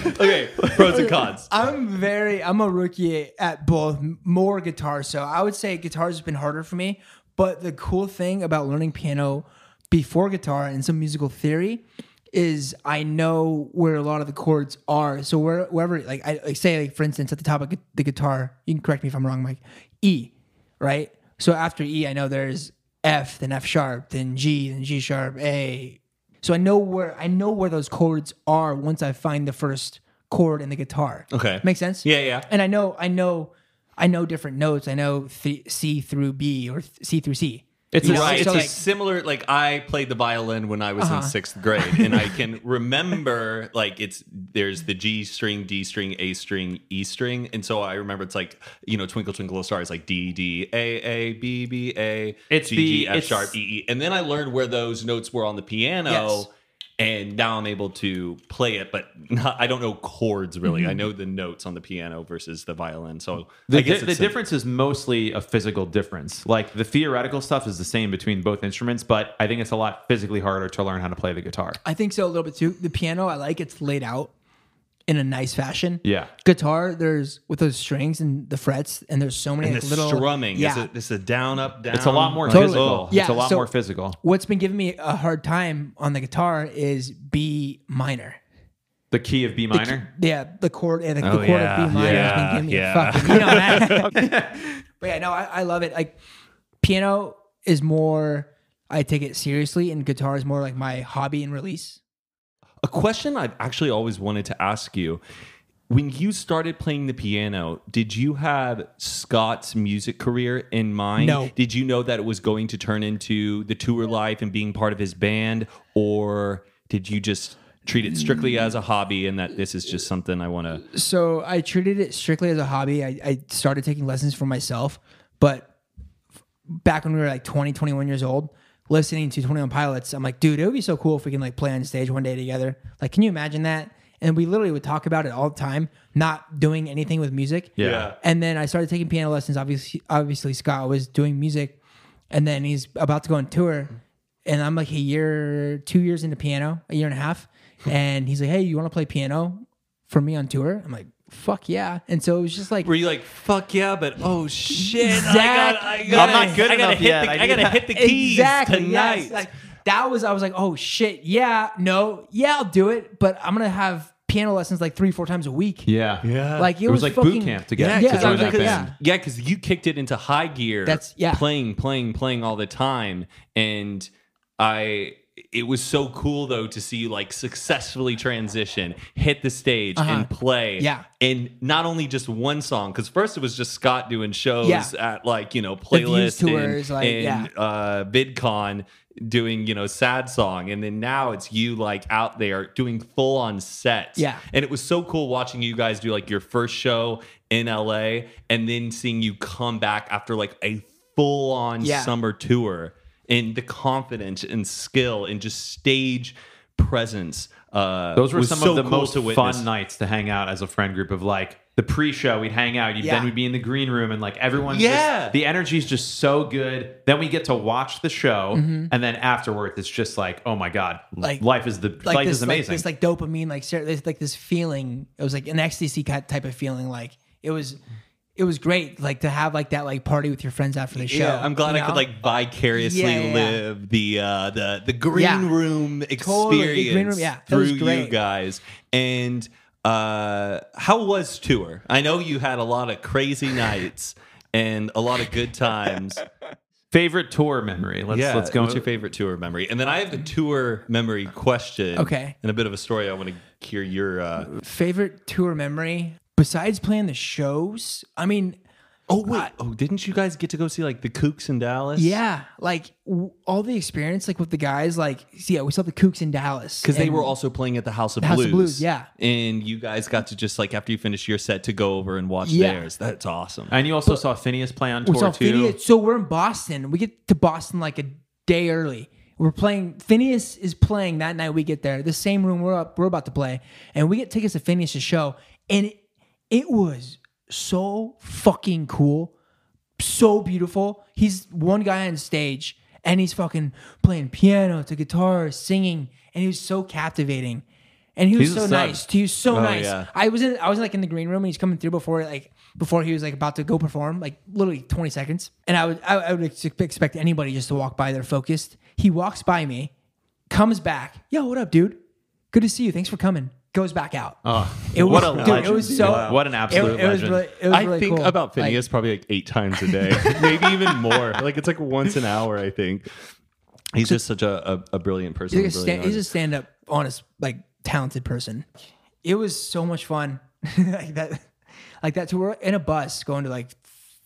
okay, pros and cons. I'm very I'm a rookie at both m- more guitar, so I would say guitar's has been harder for me. But the cool thing about learning piano before guitar and some musical theory is I know where a lot of the chords are. So where, wherever, like I like say, like for instance, at the top of gu- the guitar, you can correct me if I'm wrong, Mike. E, right? So after E, I know there's F, then F sharp, then G, then G sharp, A, So I know where I know where those chords are once I find the first chord in the guitar. Okay. makes sense. Yeah, yeah. And I know I know I know different notes. I know th- C through B or th- C through C. It's, You a, know, it's so, a like- similar, like I played the violin when I was Uh-huh. in sixth grade, and I can remember like it's there's the G string, D string, A string, E string, and so I remember it's like you know Twinkle Twinkle Little Star is like D D A A B B A, It's G, the- G, F it's- sharp E E, and then I learned where those notes were on the piano. Yes. And now I'm able to play it, but not, I don't know chords really. I know the notes on the piano versus the violin. So Mm-hmm. The, I guess di- it's the sim- difference is mostly a physical difference. Like the theoretical stuff is the same between both instruments, but I think it's a lot physically harder to learn how to play the guitar. I think so a little bit too. The piano I like it's laid out in a nice fashion. Yeah. Guitar there's with those strings and the frets and there's so many And like, the little strumming. Yeah. Is it, it's a down, up, down. It's a lot more like- Totally. physical. Yeah, it's a lot so- more physical. What's been giving me a hard time on the guitar is B minor. The key of B minor. Yeah, the chord, yeah, the, the Oh, chord yeah, of B minor yeah, has been giving me yeah. a fucking, you know. and I- but yeah, no, I, I love it. Like piano is more, I take it seriously, and guitar is more like my hobby and release. A question I've actually always wanted to ask you. When you started playing the piano, did you have Scott's music career in mind? No. Did you know that it was going to turn into the tour life and being part of his band? Or did you just treat it Mm. strictly as a hobby and that this is just something I want to. So I treated it strictly as a hobby. I, I started taking lessons for myself, but f- back when we were like 20, 21 years old, listening to 21 Pilots, I'm like, dude, it would be so cool if we can like play on stage one day together. Like, can you imagine that? And we literally would talk about it all the time, not doing anything with music. Yeah. And then I started taking piano lessons. Obviously, obviously Scott was doing music, and then he's about to go on tour, and I'm like a year, two years into piano, a year and a half, and he's like, "Hey, you want to play piano for me on tour?" I'm like, "Fuck yeah!" And so it was just like, Were you like, fuck yeah, but oh shit. I Exact- gotta, I gotta, I'm not good I gotta enough hit yet. The, I I, gotta need- hit the keys Exactly, yes. tonight. Like, that was I was like, oh shit, yeah, no, yeah, I'll do it, but I'm gonna have piano lessons like three, four times a week. Yeah. Yeah. Like it, It was like boot fucking- camp to get Yeah, to join exactly, that because, band. yeah. yeah, 'cause you kicked it into high gear. That's- yeah. Playing, playing, playing all the time, and I. It was so cool though to see you like successfully transition, hit the stage, and play. Uh-huh. Yeah. and not only just one song because first it was just Scott doing shows Yeah. at like you know The Views playlist and, tours, like, and, yeah. uh, VidCon doing you know sad song, and then now it's you like out there doing full on sets. Yeah. And it was so cool watching you guys do like your first show in LA and then seeing you come back after like a full on Yeah. summer tour and the confidence and skill and just stage presence. Uh, Those were was some so of the cool most to witness. fun nights to hang out as a friend group of like the pre-show we'd hang out. You'd, Yeah. Then we'd be in the green room and like everyone's Yeah. just, the energy's just so good. Then we get to watch the show and then afterwards it's just like, oh my God, Mm-hmm. Like- life is the life this, is amazing. Like, this like dopamine, like ser- this, like this feeling. It was like an ecstasy ki- type of feeling. Like it was, it was great. Like to have like that like party with your friends after the show. Yeah, I'm glad you I know? could like vicariously Yeah, yeah, yeah. live the uh, the the green Yeah. room Totally, the experience green room, yeah, that through was you great. guys. And uh, how was tour? I know you had a lot of crazy nights and a lot of good times. favorite tour memory. Let's yeah, let's go. What's your favorite tour memory? And then I have the tour memory question. Okay. and a bit of a story. I want to hear your. Uh... favorite tour memory besides playing the shows. I mean, Oh wait! oh, didn't you guys get to go see like the Kooks in Dallas? yeah, like w- all the experience, like with the guys. Like, see, yeah, we saw the Kooks in Dallas because they and- were also playing at the House of House Blues. of Blues, yeah. And you guys got to just like after you finish your set to go over and watch Yeah. theirs. That's awesome. and you also saw Phineas play on we saw tour too. Phineas. So we're in Boston. We get to Boston like a day early. We're playing. Phineas is playing that night. We get there, the same room we're up. We're about to play, and we get tickets to Phineas's show, and it, it was so fucking cool, so beautiful. He's one guy on stage, and he's fucking playing piano to guitar, singing, and he was so captivating. And he was He's a so stud. nice. He was so Oh, nice. yeah. I was in I was like in the green room and he's coming through before like before he was like about to go perform like literally 20 seconds and I would I, I would ex- expect anybody just to walk by they're focused he walks by me comes back yo what up dude good to see you thanks for coming goes back out Oh, it was what a dude, it legend, was so dude. What an it- absolute it, was legend. really, it was really cool. Like, probably like eight times a day, maybe even more. Like it's like once an hour, I think. He's just such a, a, a brilliant person. he's, like a a sta- brilliant he's a artist. stand up honest like talented person it was so much fun like that like that tour in a bus going to like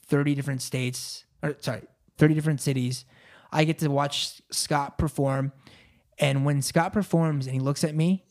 30 different states or sorry 30 different cities i get to watch scott perform and when scott performs and he looks at me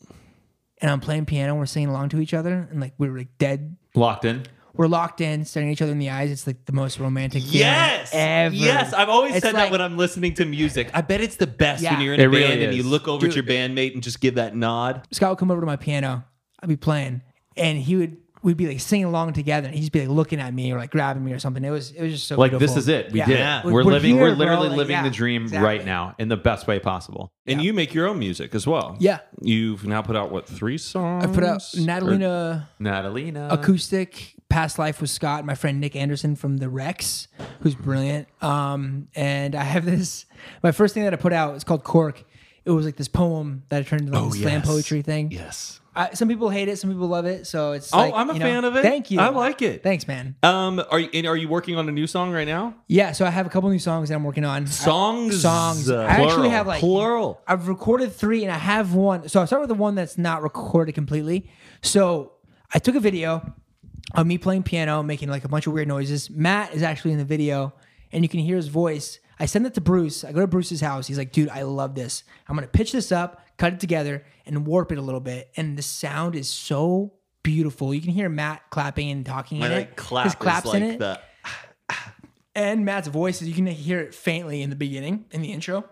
and i'm playing piano we're singing along to each other and like we were like dead Locked in. we're locked in staring each other in the eyes it's like the most romantic feeling Yes. ever. Yes. I've always It's said that like- when I'm listening to music. I bet it's the best when Yeah. you're in a It really band and you is. look over at your bandmate and just give that nod. Scott would come over to my piano. I'd be playing, and he would we'd be like singing along together, and he'd just be like looking at me or like grabbing me or something. It was it was just so Like beautiful. this is it. We Yeah. did Yeah. it. We're We're, living. here, we're literally bro. Like, living yeah, the dream exactly. right now in the best way possible. And you make your own music as well. Yeah. You've now put out what three songs? I put out Or- Natalina Natalina. acoustic. Past life with Scott, my friend Nick Anderson from the Rex, who's brilliant. Um, and I have this. My first thing that I put out is called Cork. It was like this poem that I turned into like this slam Oh, yes. poetry thing. Yes. I, some people hate it, some people love it. So it's Oh, like, I'm a you know, fan of it. Thank you. I like it. Thanks, man. Um, are you and are you working on a new song right now? Yeah, so I have a couple new songs that I'm working on. Songs, I, songs. uh, I actually plural, have like plural. I've recorded three, and I have one. So I will start with the one that's not recorded completely. So I took a video of me playing piano, making like a bunch of weird noises. Matt is actually in the video, and you can hear his voice. I send it to Bruce. I go to Bruce's house. He's like, "Dude, I love this. I'm gonna pitch this up, cut it together, and warp it a little bit." And the sound is so beautiful. You can hear Matt clapping and talking in it. His claps in it the and Matt's voice is you can hear it faintly in the beginning in the intro.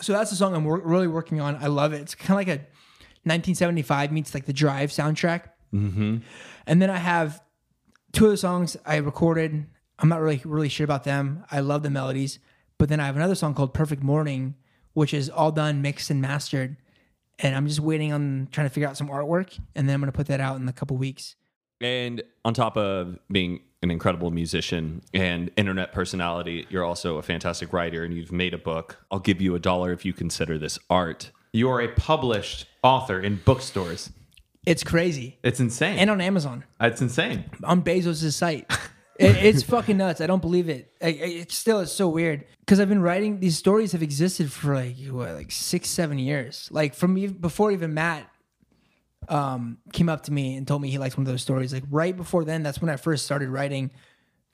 So that's the song I'm wor- really working on. I love it. It's kind of like a 1975 meets like the Drive soundtrack. Mm-hmm. And then I have two other songs I recorded. I'm not really really sure about them. I love the melodies, but then I have another song called "Perfect Morning," which is all done, mixed, and mastered. And I'm just waiting on trying to figure out some artwork, and then I'm gonna put that out in a couple weeks. And on top of being an incredible musician and internet personality, you're also a fantastic writer and you've made a book. I'll give you a dollar if you consider this art. You are a published author in bookstores. It's crazy. It's insane. And on Amazon, it's insane. on Bezos' site. It, it's fucking nuts. I don't believe it. I, I, it still is so weird because I've been writing these stories have existed for like what, like six, seven years. Like from ev- before even Matt um, came up to me and told me he liked one of those stories. Like right before then, that's when I first started writing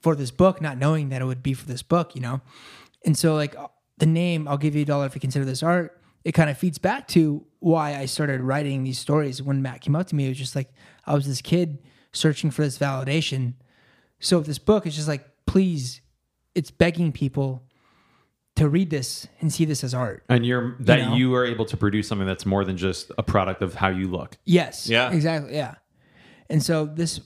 for this book, not knowing that it would be for this book, you know. And so like uh, the name, I'll give you a dollar if you consider this art. It kind of feeds back to why I started writing these stories. When Matt came up to me, it was just like I was this kid searching for this validation so this book is just like, please, it's begging people to read this and see this as art. And you're that you, know? are able to produce something that's more than just a product of how you look. Yes. Yeah. Exactly. Yeah. And so this,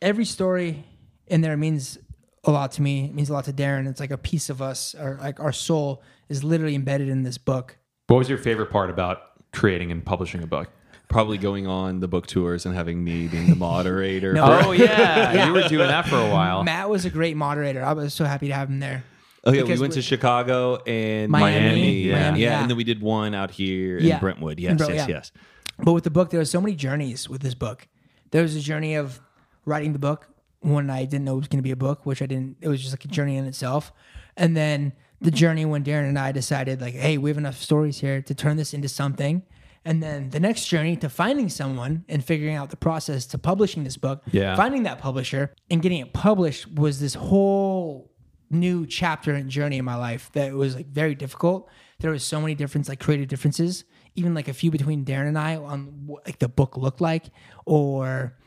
every story in there means a lot to me. It means a lot to Darren. It's like a piece of us, or like our soul is literally embedded in this book. What was your favorite part about creating and publishing a book? Probably going on the book tours and having me being the moderator. No. Oh yeah, you were doing that for a while. Matt was a great moderator. I was so happy to have him there. Oh yeah, we Because went we- to Chicago and Miami, Miami, Miami, and- yeah. yeah. and then we did one out here Yeah. in Brentwood. In Yes, Brent- yes, yeah. yes. But with the book, there was so many journeys with this book. There was a journey of writing the book when I didn't know it was going to be a book, which I didn't. It was just like a journey in itself. And then the journey when Darren and I decided, like, hey, we have enough stories here to turn this into something. And then the next journey to finding someone and figuring out the process to publishing this book, Yeah. finding that publisher and getting it published was this whole new chapter and journey in my life that was like very difficult. There was so many different like creative differences, even like a few between Darren and I on what like the book looked like, or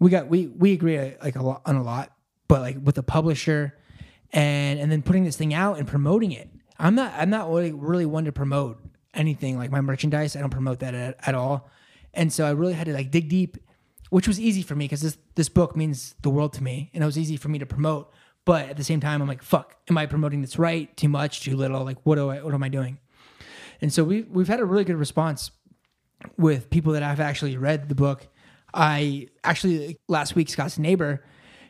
we got we we agree uh, like a lot on a lot, but like with the publisher and and then putting this thing out and promoting it. I'm not I'm not really, really one to promote anything like my merchandise. I don't promote that at, at all, and so I really had to like dig deep which was easy for me because this this book means the world to me, and it was easy for me to promote. But at the same time, I'm like, fuck, am I promoting this right? Too much? Too little? Like, what do I? What am I doing? And so we we've had a really good response with people that have actually read the book. I actually last week Scott's neighbor,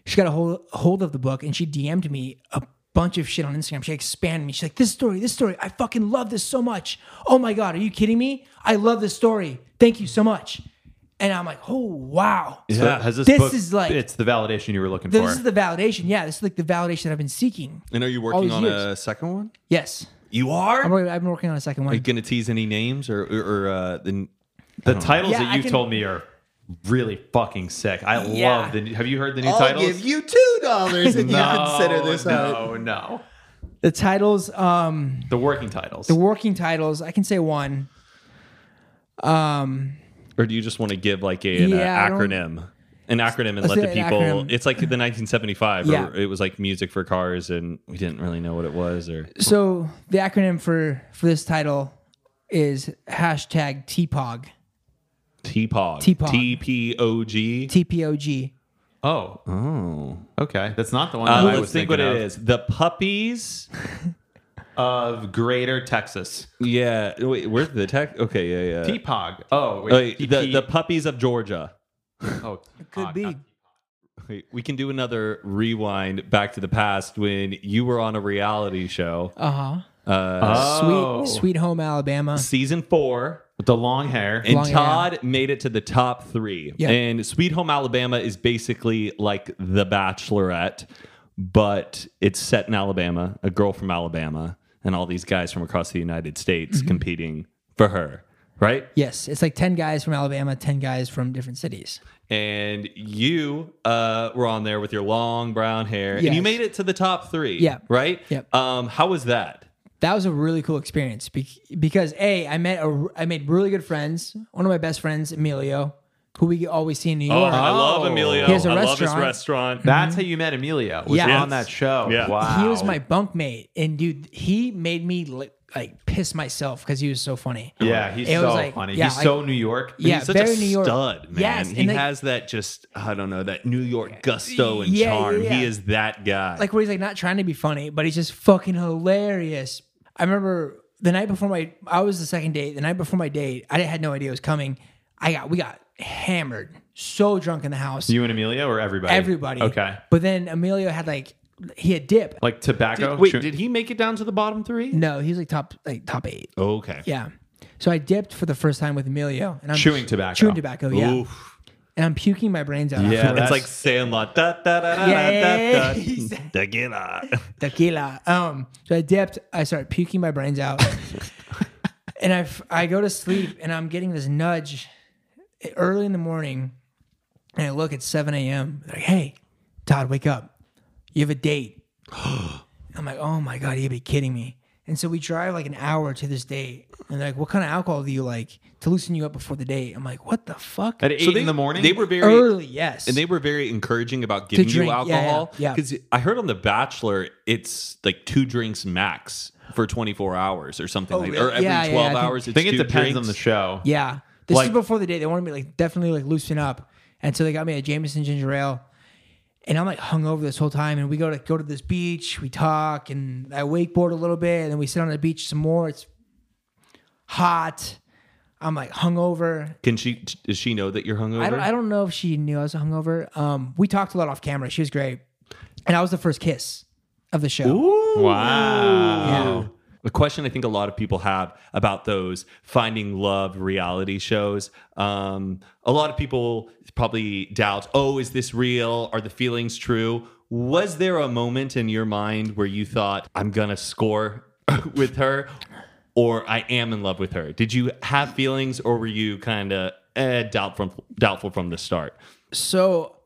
she got a hold hold of the book and she DM'd me a bunch of shit on Instagram. She expanded me. She's like, "This story, this story, I fucking love this so much. Oh my god, are you kidding me? I love this story. Thank you so much." And I'm like, "Oh wow, So has this, This book- is like- it's the validation you were looking this for. is the validation. Yeah, this is like the validation that I've been seeking. And are you All working these on a years. second one? Yes, Oh, You are. I'm, wor- I've been working on a second Are you one. gonna tease any names or or, or uh, the the titles Yeah, that I you can- told me are really fucking sick. I Yeah. love the. new- Have you heard the new titles? you two dollars if no, no, no. The titles, um, The working titles. the working titles. I can say one. Or do you just want to give like a, an uh, Yeah, I don't- acronym? An acronym and Let's let the say an people. acronym. It's like the 1975. Yeah. Or it was like music for cars, and we didn't really know what it was. Or So the acronym for for this title is hashtag TPOG. TPOG. TPOG. T-P-O-G. TPOG. oh, oh, okay. That's not the one. Uh, that I let's was think thinking what of. it is. The puppies. of Greater Texas. Yeah. Wait. Where's the tech? Okay. Yeah. Yeah. TPOG. Oh, wait. Uh, Oh, wait, the TP the puppies of Georgia. oh, Could TPOG, be. not- Wait, we can do another rewind back to the past when you were on a reality show, Uh huh. Oh. Sweet Sweet Home Alabama. season four. With the long hair. And Long hair. Todd made it to the top three. Yeah. And Sweet Home Alabama is basically like The Bachelorette, but it's set in Alabama, a girl from Alabama, and all these guys from across the United States Mm-hmm. competing for her, right? Yes, it's like ten guys from Alabama, ten guys from different cities. And you uh, were on there with your long brown hair, and you Yes. made it to the top three, Yeah. right? Yep. Um, how was that? that was a really cool experience bec- because a I met a I made really good friends. One of my best friends, Emilio, who we always see in New York. I love Emilio. Oh. He has a I love his restaurant. restaurant. That's how you met Emilio. Was Yeah. on that show. Yeah. Wow. He was my bunk mate, and dude, he made me li- like piss myself because he was so funny. Yeah, he's It so was like- funny. yeah, he's like- so New York. Yeah, he's such very a New York. stud, man. Yes, he and like- has that just I don't know that New York gusto and Yeah, yeah, charm. yeah. He is that guy. like where he's like not trying to be funny, but he's just fucking hilarious. I remember the night before my I was the second date. The night before my date, I had no idea it was coming. I got we got hammered, so drunk in the house. You and Amelia or everybody? everybody. Okay. But then Emilio had like he had dip. Like tobacco. Wait, chew- did he make it down to the bottom three? No, he's like top like top eight. Okay. Yeah. So I dipped for the first time with Emilio, and I'm Chewing tobacco. Chewing tobacco, yeah. Oof. And I'm puking my brains out. Yeah, afterwards. It's that's- like Sandlot. Da, da, da, da, Yeah. da, da, da. Tequila. tequila. Um, so I dipped. I started puking my brains out, and I f- I go to sleep, and I'm getting this nudge early in the morning, and I look at 7 a.m. Like, hey, Todd, wake up. You have a date. I'm like, oh my god, you gotta be kidding me. And so we drive like an hour to this date, and they're like, what kind of alcohol do you like to loosen you up before the date? I'm like, what the fuck? At eight in the morning. They were very Early, yes. and they were very encouraging about giving you drink, yeah, yeah, alcohol. yeah. Because I heard on The Bachelor, it's like two drinks max for 24 hours or something like Or Oh, really? every Yeah, yeah, 12 I think- hours. I It's think it two depends drinks. on the show. Yeah. This Like- is before the date. They wanted me to like definitely like loosen up. And so they got me a Jameson ginger ale. And I'm like hungover this whole time. And we go to go to this beach, we talk, and I wakeboard a little bit, and then we sit on the beach some more. It's hot. I'm like hungover. Can she, does she know that you're hungover? I don't I don't know if she knew I was hungover. Um, we talked a lot off camera. She was great. And I was the first kiss of the show. Wow. A question I think a lot of people have about those finding love reality shows. Um, a lot of people probably doubt, oh, is this real? Are the feelings true? Was there a moment in your mind where you thought, I'm going to score with her or I am in love with her? Did you have feelings or were you kind of eh, doubtful, doubtful from the start? So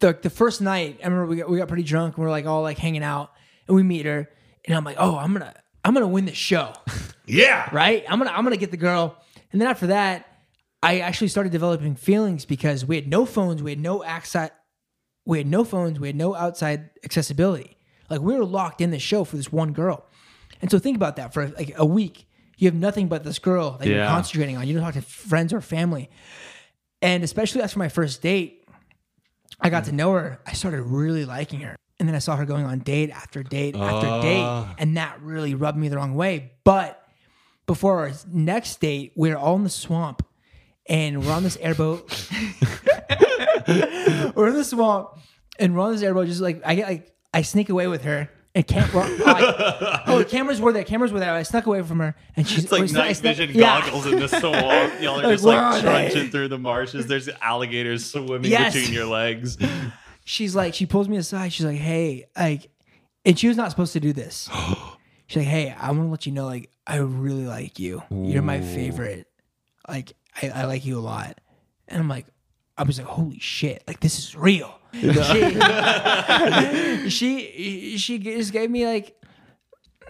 the the first night, I remember we got, we got pretty drunk and we are like all like hanging out and we meet her and I'm like, "Oh, I'm going to I'm going to win this show." Yeah. right? I'm going to I'm going to get the girl. And then after that, I actually started developing feelings because we had no phones, we had no access we had no phones, we had no outside accessibility. Like we were locked in the show for this one girl. And so think about that for like a week. You have nothing but this girl that you're Yeah. concentrating on. You don't talk to friends or family. And especially after my first date, I got to know her. I started really liking her. And then I saw her going on date after date after date. And that really rubbed me the wrong way. But before our next date, we we're all in the swamp and we're on this airboat. we're in the swamp and we're on this airboat. Just like I get like I sneak away with her. And can't, well, I- oh, the cameras were there. Cameras were there. I snuck away from her, and she's It's like or snuck- I night snuck- vision yeah. goggles in the swamp. Y'all are Like, just like where are they? trudging through the marshes. There's alligators swimming Yes. between your legs. she's like, she pulls me aside. She's like, hey, like, and she was not supposed to do this. she's like, hey, I want to let you know, like, I really like you. You're my favorite. Like, I, I like you a lot. And I'm like, I was like, holy shit, like, this is real. she, she, she just gave me, like,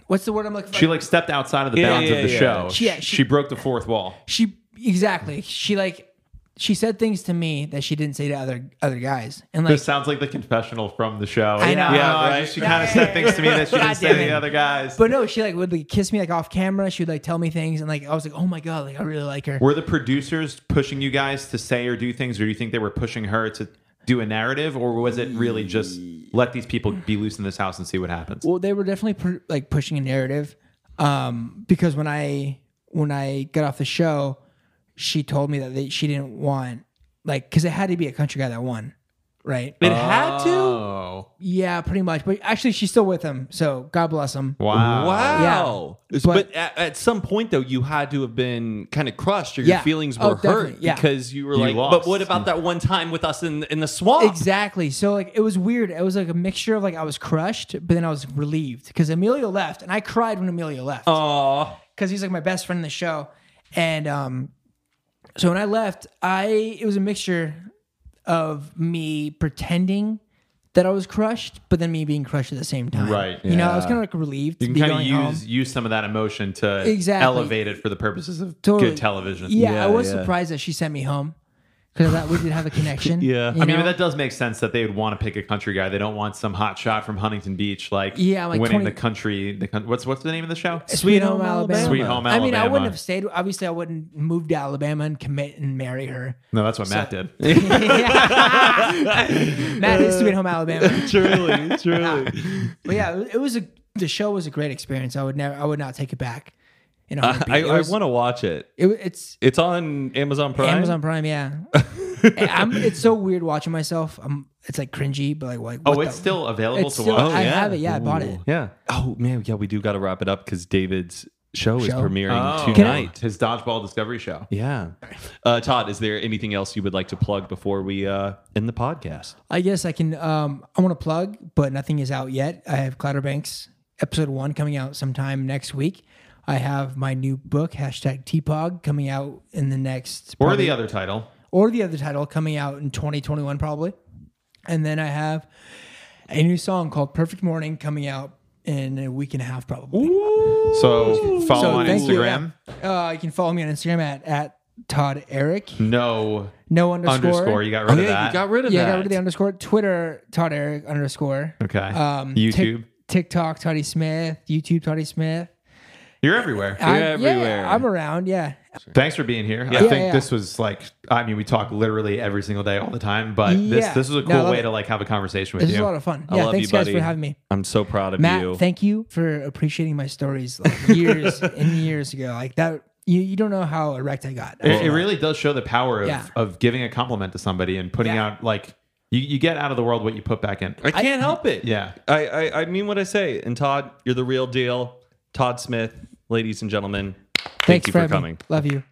what's the word I'm looking for? She like stepped outside of the Yeah, bounds yeah, of the yeah. show. She- yeah, she, she- broke the fourth wall. she exactly. She, like, she said things to me that she didn't say to other other guys. And, like, This sounds like the confessional from the show. I know. Yeah, Yeah, right? She kind of said things to me that she didn't God say damn to the it. other guys. But no, she like would like kiss me like off camera. She would like tell me things, and like I was like, oh my god, like I really like her. Were the producers pushing you guys to say or do things, or do you think they were pushing her to do a narrative, or was it really just let these people be loose in this house and see what happens? Well, they were definitely pr- like pushing a narrative, um, because when I when I got off the show, she told me that they, she didn't want like because it had to be a country guy that won, right? It had to. Oh, yeah, pretty much. But actually, she's still with him, so God bless him. wow. Wow. Yeah. But, But- at, at some point, though, you had to have been kind of crushed or your Yeah. feelings Oh, were hurt definitely. Yeah. because you were You like, lost. but what about that one time with us in, in the swamp? Exactly. So like it was weird. It was like a mixture of like I was crushed, but then I was relieved because Emilio left, and I cried when Emilio left. Aw. because he's like my best friend in the show. And um, so when I left, I it was a mixture of me pretending that I was crushed, but then me being crushed at the same time. Right, You know, I was yeah. kind of like relieved. You to can be kind of going use home. use some of that emotion to Exactly. elevate it for the purposes of Totally. good television. Yeah, I was yeah. surprised that she sent me home because I thought we did have a connection. Yeah. you I mean, know? but that does make sense that they would want to pick a country guy. They don't want some hot shot from Huntington Beach, like Yeah, like winning 20 the country. The con- what's what's the name of the show? Sweet Home Alabama. Sweet Home I mean, I Alabama. wouldn't have stayed. Obviously, I wouldn't move to Alabama and commit and marry her. No, that's what Matt did. Matt is Sweet Home Alabama. Truly, truly. But yeah, it was a the show was a great experience. I would never, I would not take it back. in a heartbeat. I, It I was- want to watch it. it wa- it's It's on Amazon Prime. Amazon Prime, yeah. I'm, it's so weird watching myself. I'm, it's like cringy, but like, like Oh, what it's the- still available It's to still- watch. I have it, yeah, I bought it. Oh, Yeah. Oh man, yeah, we do got to wrap it up because David's show, is Show? premiering Oh. tonight. his dodgeball discovery show. Yeah. Uh, Todd, is there anything else you would like to plug before we uh, end the podcast? I guess I can. Um, I want to plug, but nothing is out yet. I have Clatterbanks episode one coming out sometime next week. I have my new book hashtag TPOG coming out in the next Or probably- the other title. or the other title coming out in 2021 probably. And then I have a new song called Perfect Morning coming out in a week and a half probably. So follow So on thank you. Instagram. Uh, you can follow me on Instagram at at Todd Eric. No No underscore. underscore. You got rid of that. rid Oh, yeah, I got rid of the underscore. Twitter Todd Eric underscore. Okay. Um, Tik- YouTube. TikTok, Toddy Smith, YouTube, Toddy Smith. You're everywhere. I'm- everywhere. Yeah, I'm around. Yeah. Thanks for being here. I Yeah, think yeah. this was like I mean, we talk literally every single day all the time, but this Yeah. this was No, a cool I love way it. to like have a conversation with This is you. a lot of fun. I yeah. love Thanks, you, guys, buddy. for having me. I'm so proud of Matt, you. thank you for appreciating my stories like years and years ago. Like that, you, you don't know how erect I got. it, it really does show the power of, Yeah. of giving a compliment to somebody and putting Yeah. out like you, you get out of the world what you put back in. I can't help it. Yeah. I, I, I mean what I say. And Todd, you're the real deal. Todd Smith, ladies and gentlemen, thank Thanks you for having me. coming. Love you.